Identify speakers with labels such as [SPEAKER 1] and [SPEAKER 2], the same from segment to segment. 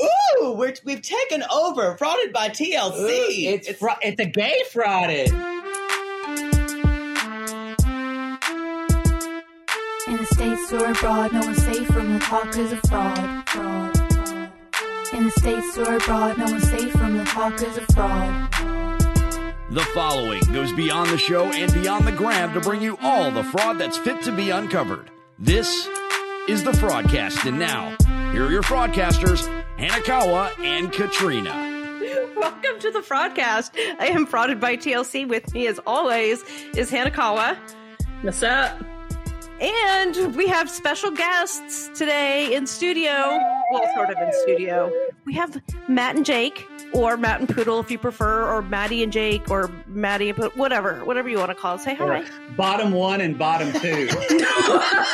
[SPEAKER 1] no, we're, we've taken over. Frauded by TLC.
[SPEAKER 2] It's it's, fr- it's a gay frauded.
[SPEAKER 3] In the states or abroad, no one's safe from the talkers of fraud. fraud. In the states or abroad, no one's safe from the talkers of fraud.
[SPEAKER 4] The following goes beyond the show and beyond the gram to bring you all the fraud that's fit to be uncovered. This is the Fraudcast, and now, here are your fraudcasters, Hanakawa and Katrina.
[SPEAKER 5] Welcome to the Fraudcast. I am frauded by TLC. With me, as always, is Hanakawa.
[SPEAKER 6] What's up?
[SPEAKER 5] And we have special guests today in studio. Well, sort of in studio. We have Matt and Jake, or Matt and Poodle if you prefer, or Maddie and Jake, or Maddie and Poodle, whatever, whatever you want to call it. Say hi.
[SPEAKER 2] Or Bottom one and bottom two.
[SPEAKER 5] Well,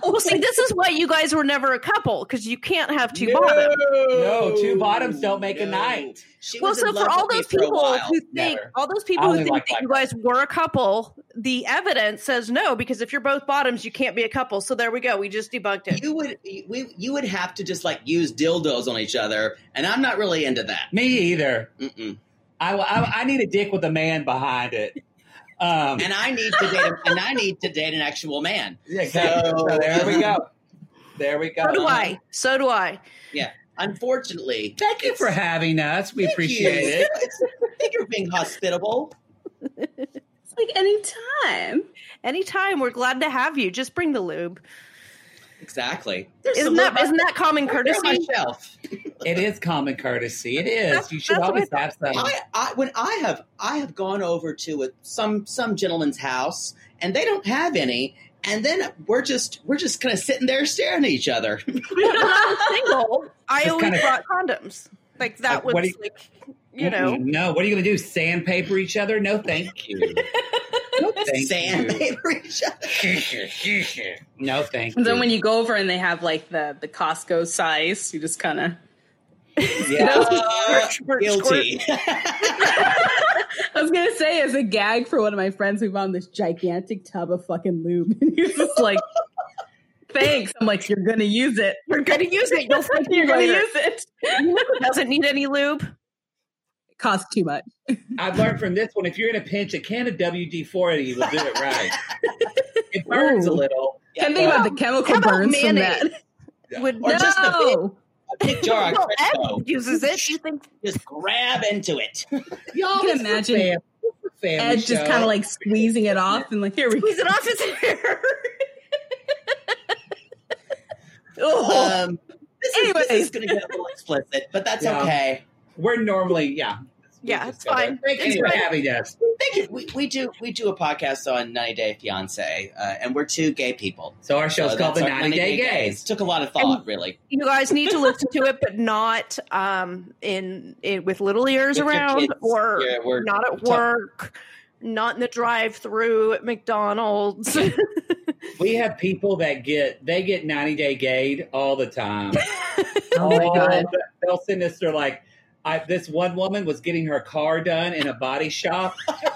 [SPEAKER 5] Oh, see, this is why you guys were never a couple, because you can't have two
[SPEAKER 1] No.
[SPEAKER 5] bottoms.
[SPEAKER 2] no, two bottoms don't make a
[SPEAKER 1] No.
[SPEAKER 2] night.
[SPEAKER 1] She
[SPEAKER 5] Well,
[SPEAKER 1] was in
[SPEAKER 5] so for
[SPEAKER 1] love
[SPEAKER 5] all
[SPEAKER 1] with me
[SPEAKER 5] those
[SPEAKER 1] for a
[SPEAKER 5] people
[SPEAKER 1] while.
[SPEAKER 5] who think
[SPEAKER 2] Never.
[SPEAKER 5] all those
[SPEAKER 2] I
[SPEAKER 5] people who
[SPEAKER 2] only
[SPEAKER 5] think
[SPEAKER 2] like
[SPEAKER 5] that you
[SPEAKER 2] black
[SPEAKER 5] guys were a couple, the evidence says no because if you're both bottoms, you can't be a couple. So there we go. We just debunked it.
[SPEAKER 1] you would we you would have to just like use dildos on each other, and I'm not really into that.
[SPEAKER 2] Me either.
[SPEAKER 1] Mm-mm.
[SPEAKER 2] I, I, I need a dick with a man behind it. Um,
[SPEAKER 1] And I need to date a, and I need to date an actual man.
[SPEAKER 2] yeah, exactly.
[SPEAKER 1] so-
[SPEAKER 2] So there we go. There we go.
[SPEAKER 5] So do I. So do I.
[SPEAKER 1] Unfortunately,
[SPEAKER 2] Thank you
[SPEAKER 1] it's-
[SPEAKER 2] for having us. We
[SPEAKER 1] Thank
[SPEAKER 2] appreciate
[SPEAKER 1] you.
[SPEAKER 2] it.
[SPEAKER 1] It's- I think you're being hospitable.
[SPEAKER 6] It's like any time.
[SPEAKER 5] Anytime we're glad to have you. Just bring the lube.
[SPEAKER 1] Exactly. There's
[SPEAKER 5] Isn't
[SPEAKER 1] some
[SPEAKER 5] that
[SPEAKER 1] little-
[SPEAKER 5] isn't that common
[SPEAKER 1] They're on
[SPEAKER 5] courtesy?
[SPEAKER 1] my shelf.
[SPEAKER 2] It is common courtesy. It is.
[SPEAKER 5] That's-
[SPEAKER 2] You should
[SPEAKER 5] that's what
[SPEAKER 2] always
[SPEAKER 5] I
[SPEAKER 2] have some.
[SPEAKER 1] I, I when I have I have gone over to a, some some gentleman's house and they don't have any, and then we're just we're just kind of sitting there staring at each other.
[SPEAKER 5] Single. I
[SPEAKER 2] Just
[SPEAKER 5] always
[SPEAKER 2] kinda-
[SPEAKER 5] brought condoms. Like that
[SPEAKER 2] Like,
[SPEAKER 5] was
[SPEAKER 2] what do you-
[SPEAKER 5] like you know.
[SPEAKER 2] Mm-mm, no. What are you going to do? Sandpaper each other? No, thank
[SPEAKER 1] Cute.
[SPEAKER 2] no, thank you.
[SPEAKER 1] Sandpaper each other.
[SPEAKER 2] No, thank
[SPEAKER 6] And then
[SPEAKER 2] you.
[SPEAKER 6] when you go over and they have like the the Costco size, you just kind of.
[SPEAKER 2] yeah.
[SPEAKER 1] Uh,
[SPEAKER 5] Squirt, squirt, squirt.
[SPEAKER 1] guilty.
[SPEAKER 6] I was gonna say as a gag for one of my friends, we found this gigantic tub of fucking lube, and he was just like, "Thanks." I'm like, "You're gonna use it.
[SPEAKER 5] You're gonna use it. You'll think
[SPEAKER 6] You're
[SPEAKER 5] you're
[SPEAKER 6] gonna
[SPEAKER 5] going
[SPEAKER 6] use it.
[SPEAKER 5] doesn't need any lube.
[SPEAKER 6] It costs too much."
[SPEAKER 2] I've learned from this one if you're in a pinch, a can of WD 40 will do it right. It burns a
[SPEAKER 6] Ooh.
[SPEAKER 2] little.
[SPEAKER 6] Can't think about the chemical
[SPEAKER 5] How about
[SPEAKER 6] burns from
[SPEAKER 5] mayonnaise?
[SPEAKER 6] that.
[SPEAKER 5] Would
[SPEAKER 1] Or
[SPEAKER 5] no.
[SPEAKER 1] just a big,
[SPEAKER 6] No.
[SPEAKER 1] a big jar of Crisco.
[SPEAKER 5] Well, Ed uses it. You think
[SPEAKER 1] Just grab into it.
[SPEAKER 2] Y'all
[SPEAKER 6] can
[SPEAKER 2] this is a
[SPEAKER 6] imagine
[SPEAKER 2] fam- this is a family
[SPEAKER 6] Ed just
[SPEAKER 2] show.
[SPEAKER 6] kind of like squeezing it off and like, "Here we go."
[SPEAKER 5] he's an officer? Oh,
[SPEAKER 1] Um, this is,
[SPEAKER 6] Anyways.
[SPEAKER 1] this is going to get a little explicit, but that's
[SPEAKER 2] Yeah.
[SPEAKER 1] okay.
[SPEAKER 2] We're normally, yeah.
[SPEAKER 5] yeah, it's
[SPEAKER 2] So
[SPEAKER 5] fine.
[SPEAKER 2] Thank
[SPEAKER 5] It's
[SPEAKER 2] you for
[SPEAKER 5] fine.
[SPEAKER 2] having us.
[SPEAKER 1] Thank you. We, we do we do a podcast on 90 Day Fiance, uh, and we're two gay people.
[SPEAKER 2] So our show's
[SPEAKER 1] So
[SPEAKER 2] called The
[SPEAKER 1] Uh, that's our
[SPEAKER 2] 90 Day Gays.
[SPEAKER 1] Took a lot of thought, really.
[SPEAKER 5] You guys need to listen to it, but not um in, in with little ears
[SPEAKER 1] With your
[SPEAKER 5] around
[SPEAKER 1] kids.
[SPEAKER 5] or
[SPEAKER 1] Yeah, we're-
[SPEAKER 5] not at
[SPEAKER 1] we're
[SPEAKER 5] work, not in the drive-through at McDonald's.
[SPEAKER 2] We have people that get they get 90 Day Gayed all the time.
[SPEAKER 6] Oh my
[SPEAKER 2] All
[SPEAKER 6] god.
[SPEAKER 2] the- They'll send us they're like, I, this one woman was getting her car done in a body shop,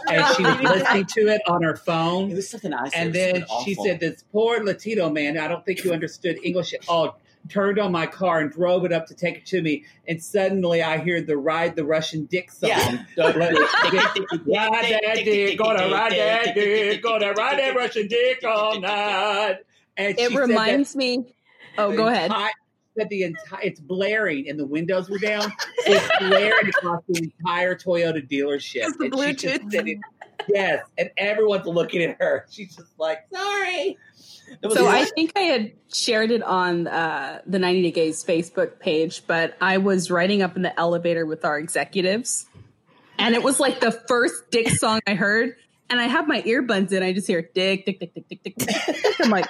[SPEAKER 2] and she was listening to it on her phone.
[SPEAKER 1] It was something I said.
[SPEAKER 2] And
[SPEAKER 1] it was
[SPEAKER 2] then
[SPEAKER 1] something
[SPEAKER 2] she
[SPEAKER 1] awful.
[SPEAKER 2] said, "This poor Latino man. I don't think you understood English at all. Turned on my car and drove it up to take it to me. And suddenly, I hear the ride the Russian dick song.
[SPEAKER 1] Yeah.
[SPEAKER 2] Don't let it- ride that dick, gonna ride that dick, gonna ride that Russian dick all night." And she
[SPEAKER 6] It
[SPEAKER 2] said that
[SPEAKER 6] reminds me. Oh,
[SPEAKER 2] the
[SPEAKER 6] go ahead.
[SPEAKER 2] entire- That the entire it's blaring and the windows were down. It's blaring across the entire Toyota dealership.
[SPEAKER 5] It's the
[SPEAKER 2] And she's just
[SPEAKER 5] Bluetooth.
[SPEAKER 2] sitting- yes, and everyone's looking at her. She's just like, "Sorry." It was
[SPEAKER 6] So I
[SPEAKER 2] like-
[SPEAKER 6] think I had shared it on uh, the 90 Day Gays Facebook page, but I was riding up in the elevator with our executives, and it was like the first Dick song I heard. And I have my earbuds in. I just hear Dick, Dick, Dick, Dick, Dick, Dick. dick. I'm like,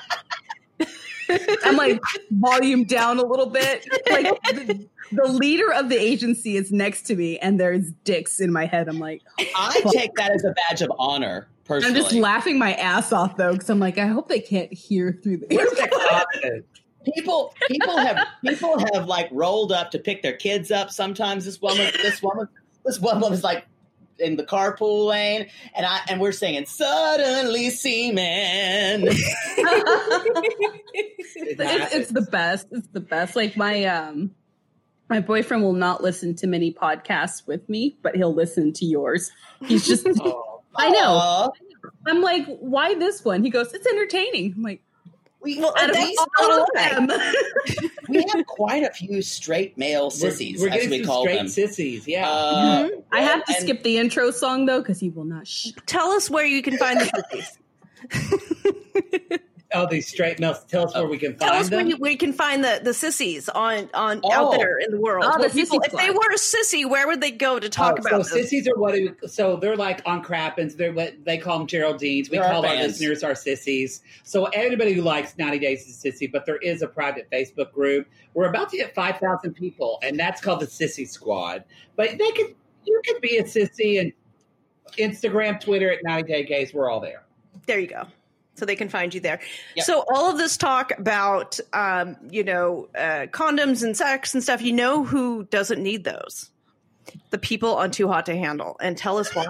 [SPEAKER 6] I'm like volume down a little bit. Like the, the leader of the agency is next to me, and there's dicks in my head. I'm like,
[SPEAKER 1] I take that as a badge of honor,
[SPEAKER 6] I'm
[SPEAKER 1] personally.
[SPEAKER 6] just laughing my ass off though, because I'm like, I hope they can't hear through the earbuds.
[SPEAKER 1] people people have people have like rolled up to pick their kids up sometimes this woman this woman this woman was like in the carpool lane and i and we're singing suddenly seaman
[SPEAKER 6] it's, it's the best. It's the best. Like my um My boyfriend will not listen to many podcasts with me, but he'll listen to yours. He's just,
[SPEAKER 2] Oh,
[SPEAKER 6] I know.
[SPEAKER 1] Aw,
[SPEAKER 6] I'm like, why this one? He goes, it's entertaining. I'm like,
[SPEAKER 1] we,
[SPEAKER 5] Well,
[SPEAKER 1] at
[SPEAKER 5] and
[SPEAKER 1] least
[SPEAKER 5] that's Oh, all
[SPEAKER 6] all of
[SPEAKER 5] right.
[SPEAKER 6] them.
[SPEAKER 1] we have quite a few straight male sissies,
[SPEAKER 2] We're, we're
[SPEAKER 1] as
[SPEAKER 2] getting
[SPEAKER 1] we
[SPEAKER 2] some
[SPEAKER 1] call
[SPEAKER 2] straight
[SPEAKER 1] them.
[SPEAKER 2] sissies. Mm-hmm. Yeah.
[SPEAKER 1] Uh,
[SPEAKER 6] I have to
[SPEAKER 1] and-
[SPEAKER 6] skip the intro song though, because he will not. Sh-
[SPEAKER 5] Tell us where you can find the cookies.
[SPEAKER 2] oh, these straight males. Tell us where we can
[SPEAKER 5] Tell
[SPEAKER 2] find
[SPEAKER 5] us where
[SPEAKER 2] them.
[SPEAKER 5] you, where you can find the, the sissies on, on
[SPEAKER 1] Oh.
[SPEAKER 5] out there in the world.
[SPEAKER 6] Oh, the
[SPEAKER 5] What people-
[SPEAKER 6] sissy
[SPEAKER 5] if they
[SPEAKER 6] squad.
[SPEAKER 5] were a sissy, where would they go to talk
[SPEAKER 2] Oh,
[SPEAKER 5] about
[SPEAKER 2] so
[SPEAKER 5] this?
[SPEAKER 2] sissies are what it- so they're like on crappins. They're what they call them Geraldines. We
[SPEAKER 1] They're our
[SPEAKER 2] call our
[SPEAKER 1] fans.
[SPEAKER 2] listeners our sissies. So anybody who likes 90 Days is a sissy, but there is a private Facebook group. We're about to hit 5,000 people, and that's called the Sissy Squad. But they could you could be a sissy and Instagram, Twitter at 90 Day Gays. We're all there.
[SPEAKER 5] there you go so they can find you there
[SPEAKER 1] Yep.
[SPEAKER 5] so all of this talk about um, you know uh, condoms and sex and stuff you know who doesn't need those the people on too hot to handle and tell us why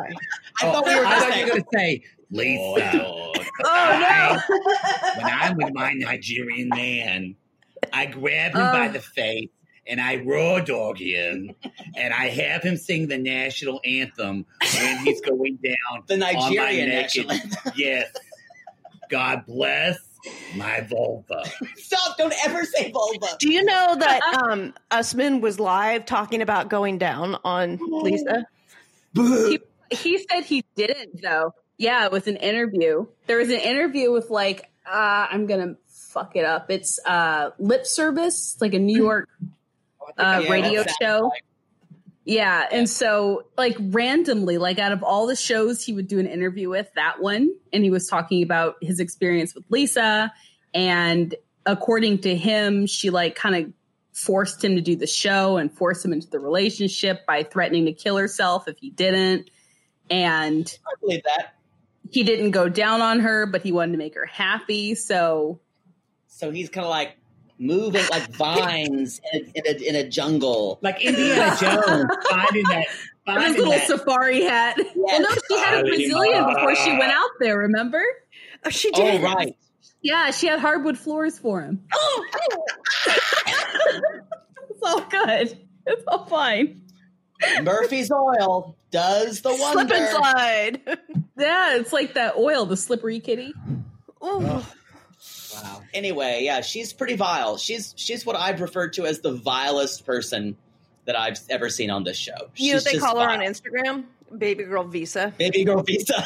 [SPEAKER 1] I thought we were
[SPEAKER 2] Oh, I
[SPEAKER 1] gonna
[SPEAKER 2] thought
[SPEAKER 1] say-
[SPEAKER 2] you were going to say Lisa.
[SPEAKER 5] oh
[SPEAKER 2] when I'm with my Nigerian man, I grab him by the face and I raw dog him and I have him sing the national anthem when he's going down.
[SPEAKER 1] the
[SPEAKER 2] on my
[SPEAKER 1] Nigerian
[SPEAKER 2] naked-
[SPEAKER 1] actually.
[SPEAKER 2] Yes. God bless my vulva.
[SPEAKER 1] Stop! Don't ever say vulva.
[SPEAKER 5] do you know that um, usman was live talking about going down on lisa
[SPEAKER 6] he said he didn't though. Yeah, it was an interview. There was an interview with like, uh, I'm gonna fuck it up. It's uh, lip service, like a New York uh,
[SPEAKER 1] Yeah,
[SPEAKER 6] radio
[SPEAKER 1] that sounds
[SPEAKER 6] show. Yeah, and so like randomly, like out of all the shows he would do an interview with, that one, and he was talking about his experience with Lisa, and according to him, she like kind of forced him to do the show and forced him into the relationship by threatening to kill herself if he didn't, and
[SPEAKER 1] I believe that.
[SPEAKER 6] he didn't go down on her, but he wanted to make her happy, so
[SPEAKER 1] So he's kind of like moving like vines in a, in a, in a jungle.
[SPEAKER 2] Like Indiana Jones finding that.
[SPEAKER 6] With his
[SPEAKER 2] Finding
[SPEAKER 6] little
[SPEAKER 2] that
[SPEAKER 6] safari hat. Well, no, she had a Brazilian before she went out there. Remember?
[SPEAKER 5] oh, she
[SPEAKER 1] Oh
[SPEAKER 5] did
[SPEAKER 1] right.
[SPEAKER 6] Yeah, she had hardwood floors for him.
[SPEAKER 5] Oh,
[SPEAKER 6] It's all good. It's all fine.
[SPEAKER 1] Murphy's oil does the
[SPEAKER 5] slip
[SPEAKER 1] wonder.
[SPEAKER 5] and slide
[SPEAKER 6] Yeah, it's like that oil, the slippery kitty.
[SPEAKER 1] Oh,
[SPEAKER 5] Ooh.
[SPEAKER 2] wow.
[SPEAKER 1] Anyway, yeah, she's pretty vile. She's she's what I've referred to as the vilest person that I've ever seen on this show.
[SPEAKER 5] you know
[SPEAKER 1] She's
[SPEAKER 5] they
[SPEAKER 1] just
[SPEAKER 5] call her on
[SPEAKER 1] vile.
[SPEAKER 5] instagram baby girl visa
[SPEAKER 1] Baby girl visa.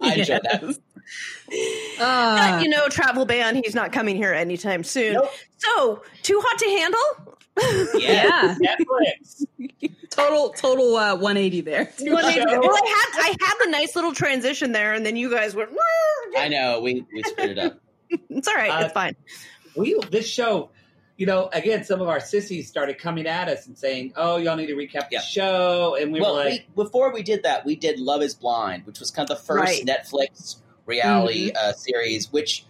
[SPEAKER 1] I enjoy that.
[SPEAKER 6] Uh,
[SPEAKER 5] But, you know, travel ban. He's not coming here anytime soon.
[SPEAKER 1] Uh. Nope.
[SPEAKER 5] So, too hot to handle.
[SPEAKER 1] Yeah.
[SPEAKER 6] yeah,
[SPEAKER 2] Netflix.
[SPEAKER 6] total total uh, 180 there.
[SPEAKER 5] Well, I had I had the nice little transition there, and then you guys went. "Woo."
[SPEAKER 1] I know. We we screwed it up.
[SPEAKER 5] It's all right.
[SPEAKER 2] Uh,
[SPEAKER 5] it's fine.
[SPEAKER 2] we this show, you know, again, some of our sissies started coming at us and saying, "Oh, y'all need to recap
[SPEAKER 1] Yeah.
[SPEAKER 2] the show," and we
[SPEAKER 1] well,
[SPEAKER 2] were like,
[SPEAKER 1] we, before we did that, we did Love Is Blind, which was kind of the first
[SPEAKER 5] Right.
[SPEAKER 1] Netflix reality uh, series, which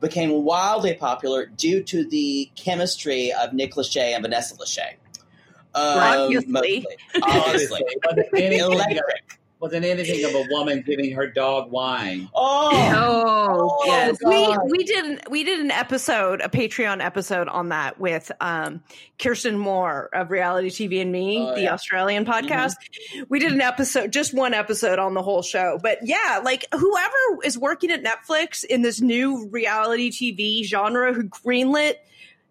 [SPEAKER 1] became wildly popular due to the chemistry of Nick Lachey and Vanessa Lachey. Um,
[SPEAKER 5] Obviously.
[SPEAKER 1] mostly.
[SPEAKER 2] "Honestly,
[SPEAKER 1] obviously,
[SPEAKER 2] wasn't anything,
[SPEAKER 1] electric.
[SPEAKER 2] wasn't anything of a woman giving her dog wine."
[SPEAKER 1] Oh,
[SPEAKER 6] Oh, yes.
[SPEAKER 5] we we did an, we did an episode, a Patreon episode on that with um, Kirsten Moore of Reality TV and Me,
[SPEAKER 1] Oh,
[SPEAKER 5] the
[SPEAKER 1] yeah.
[SPEAKER 5] Australian
[SPEAKER 2] Mm-hmm.
[SPEAKER 5] podcast. We did an episode, just one episode on the whole show. But yeah, like whoever is working at Netflix in this new reality TV genre who greenlit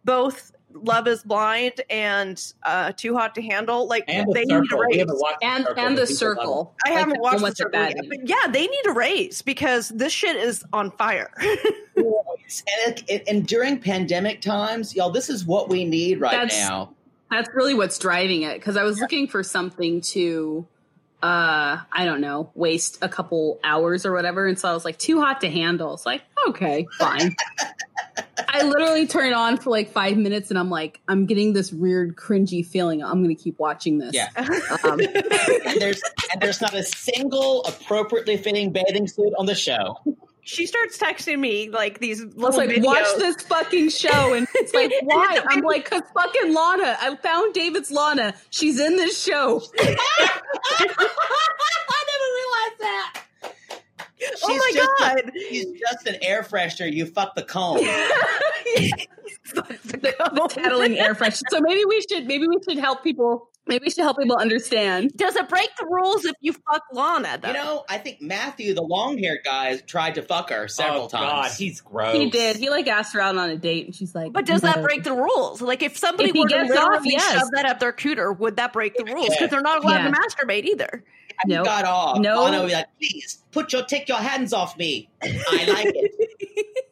[SPEAKER 5] both Love Is Blind and uh, Too Hot to Handle, like
[SPEAKER 2] And the
[SPEAKER 5] they need a
[SPEAKER 2] circle, we
[SPEAKER 5] raise.
[SPEAKER 2] haven't watched
[SPEAKER 6] And
[SPEAKER 2] circle.
[SPEAKER 6] and
[SPEAKER 2] I
[SPEAKER 6] the
[SPEAKER 2] think we'll love
[SPEAKER 6] circle.
[SPEAKER 5] I
[SPEAKER 6] Like,
[SPEAKER 5] haven't watched
[SPEAKER 6] what's
[SPEAKER 5] the
[SPEAKER 6] it bad
[SPEAKER 5] circle yet,
[SPEAKER 6] in?
[SPEAKER 5] but yeah, they need a raise because this shit is on fire.
[SPEAKER 1] and, it, it- and during pandemic times, y'all, this is what we need right
[SPEAKER 6] That's-
[SPEAKER 1] now.
[SPEAKER 6] That's really what's driving it because I was looking for something to, uh, I don't know, waste a couple hours or whatever, and so I was like, too hot to handle. It's like, okay, fine. I literally turn it on for like five minutes, and I'm like, I'm getting this weird cringy feeling. I'm gonna keep watching this.
[SPEAKER 1] Yeah.
[SPEAKER 6] Um,
[SPEAKER 1] And there's and there's not a single appropriately fitting bathing suit on the show.
[SPEAKER 5] she starts texting me like these
[SPEAKER 6] I was
[SPEAKER 5] little
[SPEAKER 6] like,
[SPEAKER 5] videos.
[SPEAKER 6] watch this fucking show, and it's like, why? I'm like, cause fucking Lana. I found David's Lana. She's in this show.
[SPEAKER 1] I never realized that.
[SPEAKER 5] Oh my
[SPEAKER 1] just a-
[SPEAKER 5] God.
[SPEAKER 1] she's just an air freshener. You fuck the comb.
[SPEAKER 6] the tattling air fresh. So maybe we should maybe we should help people. Maybe we should help people understand.
[SPEAKER 5] Does it break the rules if you fuck Lana? Though
[SPEAKER 1] You know, I think Matthew, the long haired guy, tried to fuck her several
[SPEAKER 2] oh, God,
[SPEAKER 1] times.
[SPEAKER 2] he's gross.
[SPEAKER 6] He did. He like asked her out on a date, and she's like,
[SPEAKER 5] But does that
[SPEAKER 6] "No."
[SPEAKER 5] break the rules? Like, if somebody
[SPEAKER 6] If he
[SPEAKER 5] were to
[SPEAKER 6] gets
[SPEAKER 5] literally
[SPEAKER 6] off, yes.
[SPEAKER 5] shove that up their cooter, would that break the rules?
[SPEAKER 1] Yeah.
[SPEAKER 5] Because they're not allowed
[SPEAKER 6] Yeah.
[SPEAKER 5] to masturbate either.
[SPEAKER 1] He
[SPEAKER 6] Nope.
[SPEAKER 1] got off.
[SPEAKER 6] No.
[SPEAKER 1] Lana would be like, please put your take your hands off me. I like it.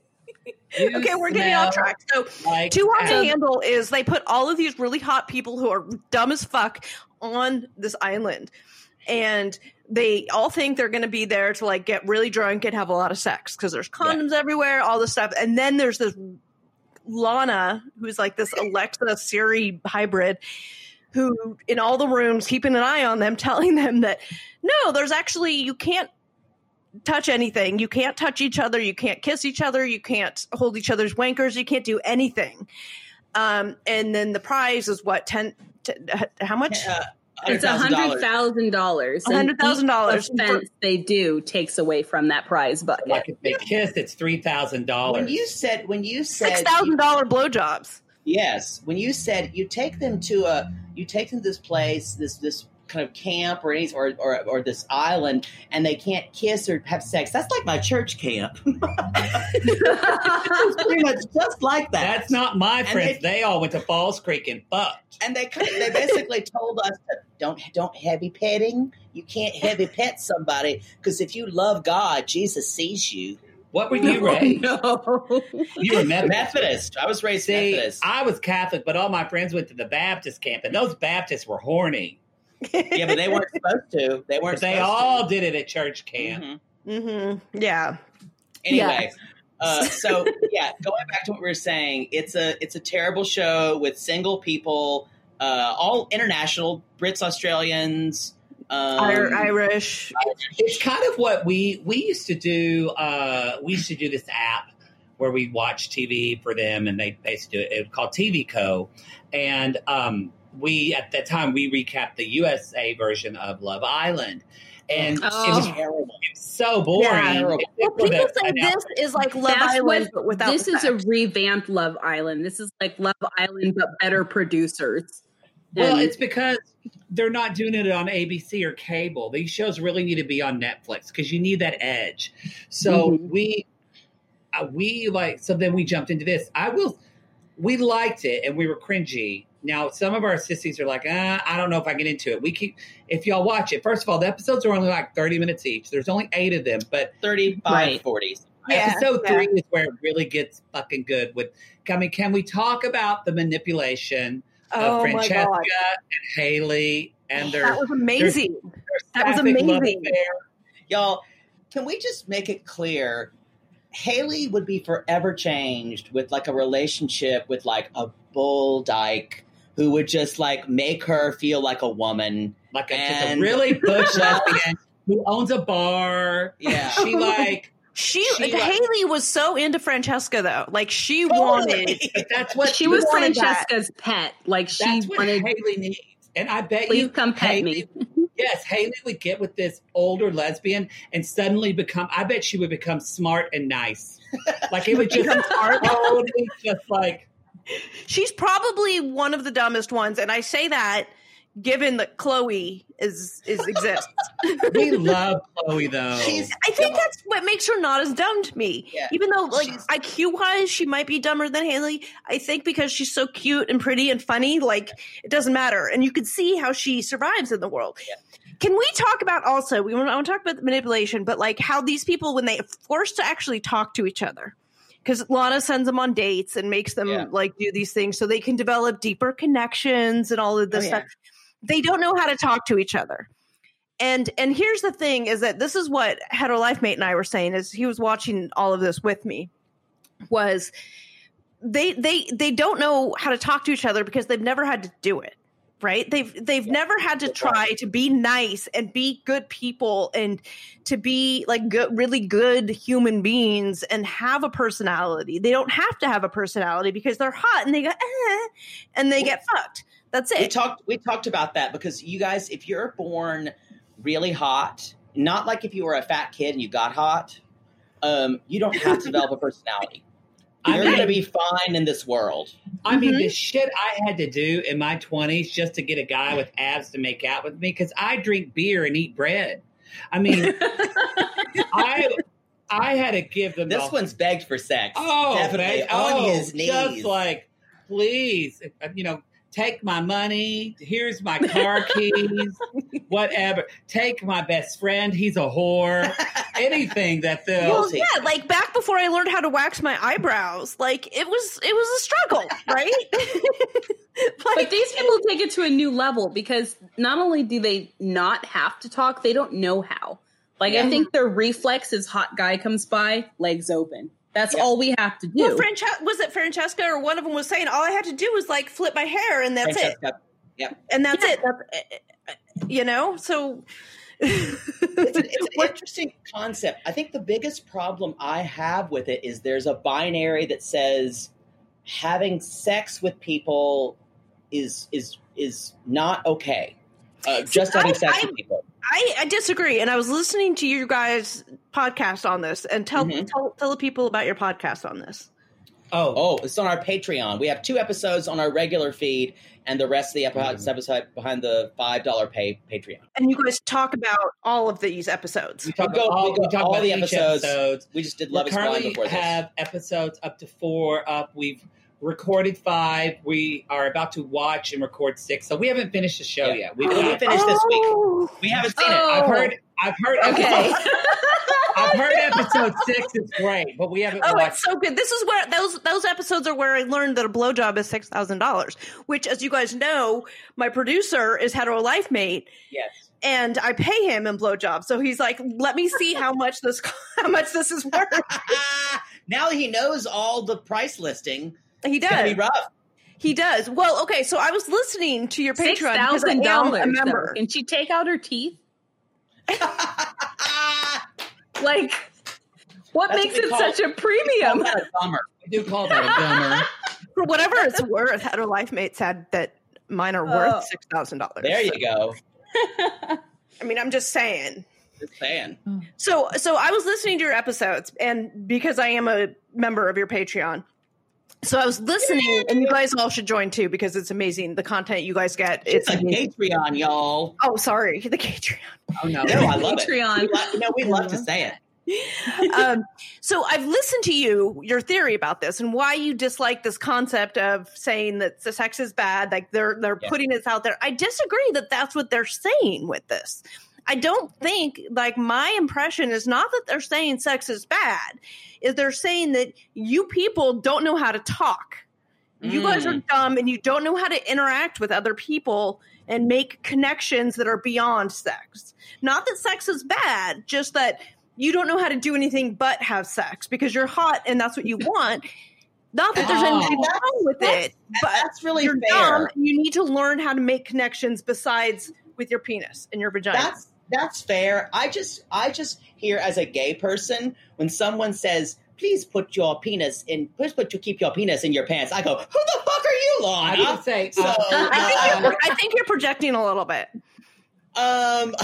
[SPEAKER 2] You
[SPEAKER 5] Okay, we're getting off
[SPEAKER 2] smell
[SPEAKER 5] track. So,
[SPEAKER 2] Like
[SPEAKER 5] Two on
[SPEAKER 2] ass.
[SPEAKER 5] the handle is they put all of these really hot people who are dumb as fuck on this island, and they all think they're going to be there to like get really drunk and have a lot of sex because there's condoms everywhere, all this stuff, and then there's this Lana who's like this Alexa Siri hybrid. Who in all the rooms keeping an eye on them, telling them that no, there's actually you can't touch anything. You can't touch each other. You can't kiss each other. You can't hold each other's wankers. You can't do anything. Um, and then the prize is what ten? t- uh, how much?
[SPEAKER 1] Uh,
[SPEAKER 6] It's a hundred
[SPEAKER 1] $100,000.
[SPEAKER 6] thousand dollars. and
[SPEAKER 5] $100,000
[SPEAKER 6] each Offense they do takes away from that prize bucket.
[SPEAKER 2] Like if they kiss, it's three thousand
[SPEAKER 1] When
[SPEAKER 2] dollars.
[SPEAKER 1] you said, when you said,
[SPEAKER 5] Six thousand dollar blowjobs.
[SPEAKER 1] yes, when you said you take them to a, you take them to this place, this, this kind of camp or, any, or, or, or this island, and they can't kiss or have sex. That's like my church camp. it's pretty much just like that.
[SPEAKER 2] That's not my
[SPEAKER 1] And
[SPEAKER 2] friends.
[SPEAKER 1] they-
[SPEAKER 2] They, all went to Falls Creek and fucked.
[SPEAKER 1] and they kind of, they basically told us that don't don't heavy petting. You can't heavy pet somebody because if you love God, Jesus sees you.
[SPEAKER 2] What were you raised?
[SPEAKER 6] no.
[SPEAKER 2] You were Methodist.
[SPEAKER 1] Methodist. I was raised
[SPEAKER 2] See,
[SPEAKER 1] Methodist.
[SPEAKER 2] I was Catholic, but all my friends went to the Baptist camp, and those Baptists were horny.
[SPEAKER 1] yeah, but they weren't supposed to. They weren't.
[SPEAKER 2] But they
[SPEAKER 1] supposed
[SPEAKER 2] all
[SPEAKER 1] To.
[SPEAKER 2] did it at church camp.
[SPEAKER 1] Mhm.
[SPEAKER 5] hmm Yeah,
[SPEAKER 1] Anyway. Uh, so yeah, going back to what we were saying, it's a it's a terrible show with single people, uh, all international Brits, Australians, um,
[SPEAKER 5] Ir- Irish.
[SPEAKER 2] It's kind of what we we used to do. Uh, we used to do this app where we watch TV for them, and they basically do it. It was called TV Co. And um, we at that time we recapped the USA version of Love Island, and it was
[SPEAKER 6] Oh.
[SPEAKER 1] terrible.
[SPEAKER 2] so boring.
[SPEAKER 5] Yeah.
[SPEAKER 2] Except
[SPEAKER 5] Well,
[SPEAKER 2] for
[SPEAKER 5] people
[SPEAKER 2] the
[SPEAKER 5] say
[SPEAKER 2] announcement.
[SPEAKER 5] this is like Love
[SPEAKER 6] That's
[SPEAKER 5] Island,
[SPEAKER 6] what-
[SPEAKER 5] but without.
[SPEAKER 6] this
[SPEAKER 5] the
[SPEAKER 6] is a
[SPEAKER 5] sex.
[SPEAKER 6] revamped Love Island. This is like Love Island, but better producers.
[SPEAKER 2] Well,
[SPEAKER 6] And-
[SPEAKER 2] it's because they're not doing it on ABC or cable. These shows really need to be on Netflix because you need that edge. So
[SPEAKER 5] Mm-hmm.
[SPEAKER 6] Mhm.
[SPEAKER 2] we, uh, we like. So then we jumped into this. I will. We liked it and we were cringy. Now some of our sissies are like, uh, I don't know if I get into it. We keep if y'all watch it. First of all, the episodes are only like thirty minutes each. There's only eight of them, but
[SPEAKER 1] 35,
[SPEAKER 6] Right.
[SPEAKER 1] 40s.
[SPEAKER 5] Yeah,
[SPEAKER 2] episode
[SPEAKER 5] yeah.
[SPEAKER 2] three is where it really gets fucking good. With I mean, can we talk about the manipulation of
[SPEAKER 5] Oh my
[SPEAKER 2] Francesca
[SPEAKER 5] god,
[SPEAKER 2] and Haley and their
[SPEAKER 5] that was amazing.
[SPEAKER 2] their
[SPEAKER 5] that was
[SPEAKER 2] sapphic love
[SPEAKER 5] amazing.
[SPEAKER 2] affair.
[SPEAKER 1] Y'all, can we just make it clear? Haley would be forever changed with like a relationship with like a bull dyke who would just like make her feel like a woman.
[SPEAKER 2] Like a, just a
[SPEAKER 1] And-
[SPEAKER 2] really butch
[SPEAKER 1] Yeah.
[SPEAKER 2] lesbian who owns a bar.
[SPEAKER 1] Yeah.
[SPEAKER 5] Oh
[SPEAKER 2] She like
[SPEAKER 5] She,
[SPEAKER 1] She was-
[SPEAKER 5] Haley was so into Francesca though. Like she wanted.
[SPEAKER 2] but that's what
[SPEAKER 6] she was
[SPEAKER 5] wanted that.
[SPEAKER 6] Francesca's pet. Like she
[SPEAKER 2] that's what
[SPEAKER 6] wanted.
[SPEAKER 2] Haley needs. And I bet
[SPEAKER 6] Please
[SPEAKER 2] you
[SPEAKER 6] come pet
[SPEAKER 2] Haley- Yes, Haley would get with this older lesbian and suddenly become I bet she would become smart and nice. Like it would just totally just like
[SPEAKER 5] She's probably one of the dumbest ones, and I say that given that Chloe is is exists.
[SPEAKER 2] we love Chloe though.
[SPEAKER 1] She's
[SPEAKER 5] I think that's what makes her not as dumb to me.
[SPEAKER 1] Yeah.
[SPEAKER 5] Even though like
[SPEAKER 1] She's-
[SPEAKER 5] IQ wise, she might be dumber than Haley. I think because she's so cute and pretty and funny, like it doesn't matter. And you can see how she survives in the world. Can we talk about also? We want, I want to talk about the manipulation, but like how these people when they are forced to actually talk to each other. Because Lana sends them on dates and makes them
[SPEAKER 1] Yeah.
[SPEAKER 5] like do these things so they can develop deeper connections and all of this
[SPEAKER 1] Oh, yeah.
[SPEAKER 5] stuff. They don't know how to talk to each other and and here's the thing is that this is what hetero life mate and i were saying is he was watching all of this with me was they they they don't know how to talk to each other because they've never had to do it right they've they've never had to try to be nice and be good people and to be like good, really good human beings and have a personality they don't have to have a personality because they're hot and they go eh, and they get fucked that's
[SPEAKER 1] we
[SPEAKER 5] it
[SPEAKER 1] talked we talked about that because you guys, if you're born really hot not like if you were a fat kid and you got hot. Um, you don't have to develop a personality.
[SPEAKER 2] I
[SPEAKER 1] You're
[SPEAKER 2] mean-
[SPEAKER 1] gonna be fine in this world.
[SPEAKER 2] I mean,
[SPEAKER 5] Mhm.
[SPEAKER 2] the shit I had to do in my 20s just to get a guy with abs to make out with me because I drink beer and eat bread. I mean, I I had to give them
[SPEAKER 1] This
[SPEAKER 2] the-
[SPEAKER 1] one's begged for sex.
[SPEAKER 2] oh,
[SPEAKER 1] definitely
[SPEAKER 2] man,
[SPEAKER 1] on
[SPEAKER 2] oh,
[SPEAKER 1] his knees.
[SPEAKER 2] Just like, please, uh, you know, take my money. Here's my car keys, whatever. Take my best friend. He's a whore. Anything that they'll.
[SPEAKER 5] Well, yeah, like back before I learned how to wax my eyebrows, like it was it was a struggle, right?
[SPEAKER 6] But
[SPEAKER 5] like,
[SPEAKER 6] these people take it to a new level because not only do they not have to talk, they don't know how. Like
[SPEAKER 1] Yeah.
[SPEAKER 6] I think their reflex is hot guy comes by, legs open. That's
[SPEAKER 1] Yeah.
[SPEAKER 6] all we have to do.
[SPEAKER 5] well, Frances- was it Francesca or one of them was saying all I had to do was like flip my hair and that's it,
[SPEAKER 1] Francesca,
[SPEAKER 5] and that's it, That's- you know. So
[SPEAKER 1] it's an, it's an interesting concept. I think the biggest problem I have with it is there's a binary that says having sex with people is is is not okay. Uh, just having
[SPEAKER 5] I-
[SPEAKER 1] sex
[SPEAKER 5] I-
[SPEAKER 1] with people.
[SPEAKER 5] I, I disagree, and I was listening to you guys' podcast on this, and tell
[SPEAKER 1] Mhm.
[SPEAKER 5] tell tell the people about your podcast on this.
[SPEAKER 2] Oh,
[SPEAKER 1] Oh, it's on our Patreon. We have two episodes on our regular feed, and the rest of the
[SPEAKER 2] Mm-hmm.
[SPEAKER 1] episodes episode behind the five dollar pay Patreon.
[SPEAKER 5] And you guys talk about all of these episodes.
[SPEAKER 2] we talk
[SPEAKER 1] we go-
[SPEAKER 2] about all,
[SPEAKER 1] we go
[SPEAKER 2] we talk
[SPEAKER 1] all
[SPEAKER 2] about
[SPEAKER 1] the
[SPEAKER 2] each
[SPEAKER 1] episodes.
[SPEAKER 2] episode.
[SPEAKER 1] We just did
[SPEAKER 2] We
[SPEAKER 1] Love Is Blind
[SPEAKER 2] currently
[SPEAKER 1] before this.
[SPEAKER 2] have episodes up to four up. We've recorded five. We are about to watch and record six. So we haven't finished the show
[SPEAKER 1] Yeah.
[SPEAKER 2] yet.
[SPEAKER 1] we
[SPEAKER 6] Oh,
[SPEAKER 2] We've
[SPEAKER 1] didn't
[SPEAKER 2] got,
[SPEAKER 1] finish this week.
[SPEAKER 5] Oh.
[SPEAKER 1] We haven't seen it.
[SPEAKER 2] I've heard. I've heard.
[SPEAKER 6] okay.
[SPEAKER 2] I've heard episode six is great, but we haven't
[SPEAKER 5] Oh, it's
[SPEAKER 2] watched.
[SPEAKER 5] so good. This is where those those episodes are where I learned that a blowjob is six thousand dollars. Which, as you guys know, my producer is hetero life mate,
[SPEAKER 2] Oh.
[SPEAKER 1] Yes.
[SPEAKER 5] and I pay him in blowjobs. So he's like, "Let me see how much this how much this is worth."
[SPEAKER 1] Ah, now he knows all the price listing.
[SPEAKER 5] He
[SPEAKER 1] It's gonna be
[SPEAKER 5] does.
[SPEAKER 1] rough.
[SPEAKER 5] He does. Well, okay. So I was listening to your Patreon.
[SPEAKER 6] Six
[SPEAKER 5] because I
[SPEAKER 6] thousand
[SPEAKER 5] am
[SPEAKER 6] dollars.
[SPEAKER 5] a member.
[SPEAKER 6] Can she take out her teeth? Like what
[SPEAKER 1] That's
[SPEAKER 6] makes
[SPEAKER 1] what we
[SPEAKER 6] it
[SPEAKER 1] call-
[SPEAKER 6] such a premium?
[SPEAKER 1] What a bummer.
[SPEAKER 2] I do call that a bummer.
[SPEAKER 5] for whatever it's worth. Hetero life mate said that mine are
[SPEAKER 6] Oh.
[SPEAKER 5] worth six thousand dollars.
[SPEAKER 1] There you go.
[SPEAKER 5] I mean, I'm just saying.
[SPEAKER 1] Just saying.
[SPEAKER 5] So so I was listening to your episodes and because I am a member of your Patreon. So I was listening and you guys all should join too because it's amazing the content you guys get.
[SPEAKER 1] It's
[SPEAKER 5] It's
[SPEAKER 1] a
[SPEAKER 5] amazing.
[SPEAKER 1] Patreon, y'all.
[SPEAKER 5] Oh, sorry, the Patreon.
[SPEAKER 2] Oh no.
[SPEAKER 1] No, I love it.
[SPEAKER 6] Patreon.
[SPEAKER 1] We lo- no, we love to say it.
[SPEAKER 5] um, so I've listened to you, your theory about this, and why you dislike this concept of saying that the sex is bad. Like they're they're
[SPEAKER 1] Yeah.
[SPEAKER 5] putting this out there. I disagree that that's what they're saying with this. I don't think like my impression is not that they're saying sex is bad, is they're saying that you people don't know how to talk. You guys are dumb and you don't know how to interact with other people and make connections that are beyond sex. Not that sex is bad, just that you don't know how to do anything but have sex because you're hot and that's what you want. Not that there's
[SPEAKER 2] Oh.
[SPEAKER 5] anything wrong with
[SPEAKER 1] That's-
[SPEAKER 5] it, but
[SPEAKER 1] That's really
[SPEAKER 5] you're dumb
[SPEAKER 1] fair.
[SPEAKER 5] and you need to learn how to make connections besides with your penis and your vagina.
[SPEAKER 1] That's that's fair. I just I just hear as a gay person when someone says, "Please put your penis in, please put to keep your penis in your pants." I go, "Who the fuck are you,
[SPEAKER 2] I
[SPEAKER 1] Lana?"
[SPEAKER 2] would say.
[SPEAKER 1] So,
[SPEAKER 5] I think,
[SPEAKER 1] um,
[SPEAKER 5] you're, I think you're projecting a little bit.
[SPEAKER 1] um,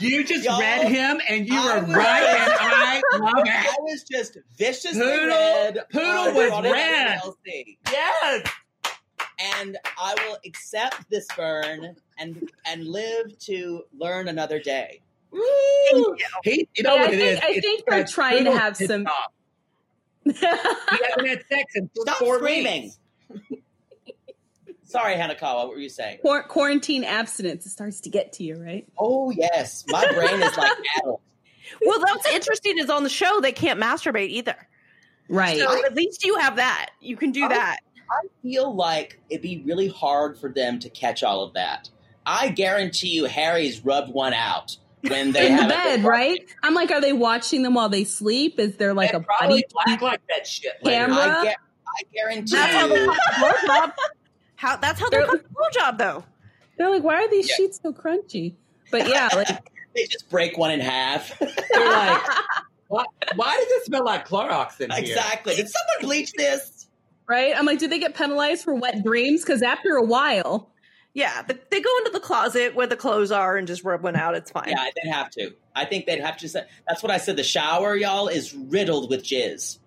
[SPEAKER 2] you just
[SPEAKER 1] Y'all,
[SPEAKER 2] read him, and you
[SPEAKER 1] I
[SPEAKER 2] were
[SPEAKER 1] was-
[SPEAKER 2] right, and I love
[SPEAKER 1] I
[SPEAKER 2] it.
[SPEAKER 1] was just viciously
[SPEAKER 2] Poodle-
[SPEAKER 1] red.
[SPEAKER 2] Poodle
[SPEAKER 1] on
[SPEAKER 2] was
[SPEAKER 1] Product
[SPEAKER 2] red.
[SPEAKER 1] LLC.
[SPEAKER 2] Yes.
[SPEAKER 1] and I will accept this burn and and live to learn another day.
[SPEAKER 2] Woo. He, you know
[SPEAKER 6] But I
[SPEAKER 2] what it
[SPEAKER 6] think-
[SPEAKER 2] is?
[SPEAKER 6] I
[SPEAKER 2] It's
[SPEAKER 6] think they're
[SPEAKER 2] because
[SPEAKER 6] trying to
[SPEAKER 2] Poodle's
[SPEAKER 6] have
[SPEAKER 2] pissed
[SPEAKER 6] some-
[SPEAKER 2] off. He hasn't had sex in
[SPEAKER 1] Stop
[SPEAKER 2] four
[SPEAKER 1] screaming.
[SPEAKER 2] weeks.
[SPEAKER 1] Sorry, Hanakawa, what were you saying?
[SPEAKER 6] Quar- quarantine abstinence. It starts to get to you, right?
[SPEAKER 1] Oh yes, my brain is like adult.
[SPEAKER 5] Well, that's interesting is on the show they can't masturbate either.
[SPEAKER 6] Right.
[SPEAKER 5] So at least you have that. You can do
[SPEAKER 1] I-
[SPEAKER 5] that.
[SPEAKER 1] I feel like it'd be really hard for them to catch all of that. I guarantee you, Harry's rubbed one out when they
[SPEAKER 6] in
[SPEAKER 1] have a
[SPEAKER 6] the
[SPEAKER 1] good
[SPEAKER 6] bed,
[SPEAKER 1] run.
[SPEAKER 6] right? I'm like, are they watching them while they sleep? Is there like
[SPEAKER 2] They
[SPEAKER 6] a
[SPEAKER 2] probably
[SPEAKER 6] buddy?
[SPEAKER 2] black like that shit. later.
[SPEAKER 6] Camera?
[SPEAKER 1] I, gu- I guarantee
[SPEAKER 5] That's how they
[SPEAKER 1] you.
[SPEAKER 5] got the blowjob. How that's how they
[SPEAKER 6] They're-
[SPEAKER 5] got the blowjob though.
[SPEAKER 6] They're like, why are these
[SPEAKER 1] Yeah.
[SPEAKER 6] sheets so crunchy? But yeah, like
[SPEAKER 1] They just break one in half.
[SPEAKER 2] They're like, why, why does it smell like Clorox in here?
[SPEAKER 1] exactly. Did someone bleach this?
[SPEAKER 6] right? I'm like, do they get penalized for wet dreams? Because after a while,
[SPEAKER 5] Yeah, the, they go into the closet where the clothes are and just rub one out. It's fine.
[SPEAKER 1] Yeah, they'd have to. I think they'd have to. Say, that's what I said. The shower, y'all, is riddled with jizz.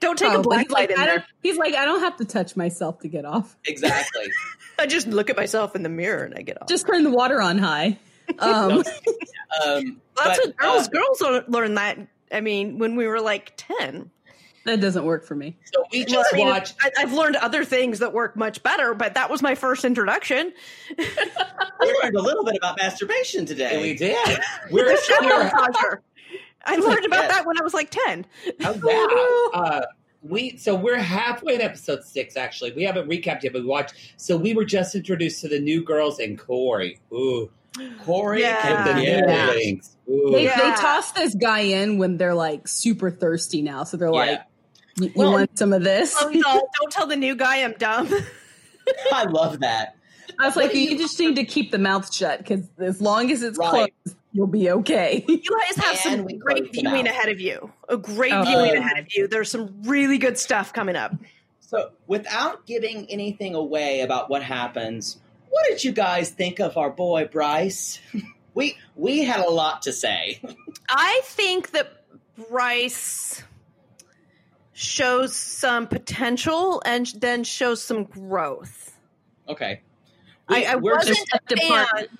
[SPEAKER 5] Don't take
[SPEAKER 6] Oh,
[SPEAKER 5] a
[SPEAKER 6] but
[SPEAKER 5] black
[SPEAKER 6] he's like,
[SPEAKER 5] light in
[SPEAKER 6] I don't-
[SPEAKER 5] there.
[SPEAKER 6] He's like, I don't have to touch myself to get off.
[SPEAKER 1] Exactly.
[SPEAKER 5] I just look at myself in the mirror and I get off.
[SPEAKER 6] Just turn the water on high. Um,
[SPEAKER 1] um,
[SPEAKER 5] That's
[SPEAKER 1] but,
[SPEAKER 5] what girls
[SPEAKER 1] uh,
[SPEAKER 5] girls lear- learn that. I mean, when we were like ten,
[SPEAKER 6] that doesn't work for me.
[SPEAKER 2] So we
[SPEAKER 5] Well,
[SPEAKER 2] just
[SPEAKER 5] I mean,
[SPEAKER 2] watched.
[SPEAKER 5] I, I've learned other things that work much better, but that was my first introduction.
[SPEAKER 1] we learned a little bit about masturbation
[SPEAKER 2] and we
[SPEAKER 1] today.
[SPEAKER 2] did. We're
[SPEAKER 5] Shadow
[SPEAKER 2] here.
[SPEAKER 5] Dodger. I learned about
[SPEAKER 1] Yes.
[SPEAKER 5] that when I was like ten.
[SPEAKER 2] Oh, wow. Uh, we so we're halfway in episode six. Actually, we haven't recapped yet, but we watched. So we were just introduced to the new girls and Corey. Ooh,
[SPEAKER 1] Corey,
[SPEAKER 5] Yeah.
[SPEAKER 2] with the
[SPEAKER 1] yeah.
[SPEAKER 6] Yeah.
[SPEAKER 2] newlings. Ooh.
[SPEAKER 6] They,
[SPEAKER 5] Yeah.
[SPEAKER 6] they toss this guy in when they're like super thirsty now, so they're like, "You, you
[SPEAKER 1] Well-
[SPEAKER 6] want some of this?"
[SPEAKER 5] Oh no! Don't tell the new guy I'm dumb.
[SPEAKER 1] I love that.
[SPEAKER 6] I was
[SPEAKER 1] What
[SPEAKER 6] like,
[SPEAKER 1] do
[SPEAKER 6] you,
[SPEAKER 1] you-
[SPEAKER 6] just need to keep the mouth shut because as long as it's
[SPEAKER 1] Right.
[SPEAKER 6] closed, you'll be okay.
[SPEAKER 5] You guys have
[SPEAKER 1] And we
[SPEAKER 5] some great
[SPEAKER 1] closed them
[SPEAKER 5] viewing
[SPEAKER 1] out.
[SPEAKER 5] ahead of you. A great
[SPEAKER 6] Oh.
[SPEAKER 5] viewing ahead of you. There's some really good stuff coming up.
[SPEAKER 1] So, without giving anything away about what happens, what did you guys think of our boy Bryce? we we had a lot to say.
[SPEAKER 5] I think that Bryce shows some potential and then shows some growth.
[SPEAKER 1] Okay.
[SPEAKER 5] I, I
[SPEAKER 1] we're
[SPEAKER 5] wasn't
[SPEAKER 1] just-
[SPEAKER 5] a
[SPEAKER 6] Just a
[SPEAKER 5] fan.
[SPEAKER 6] department.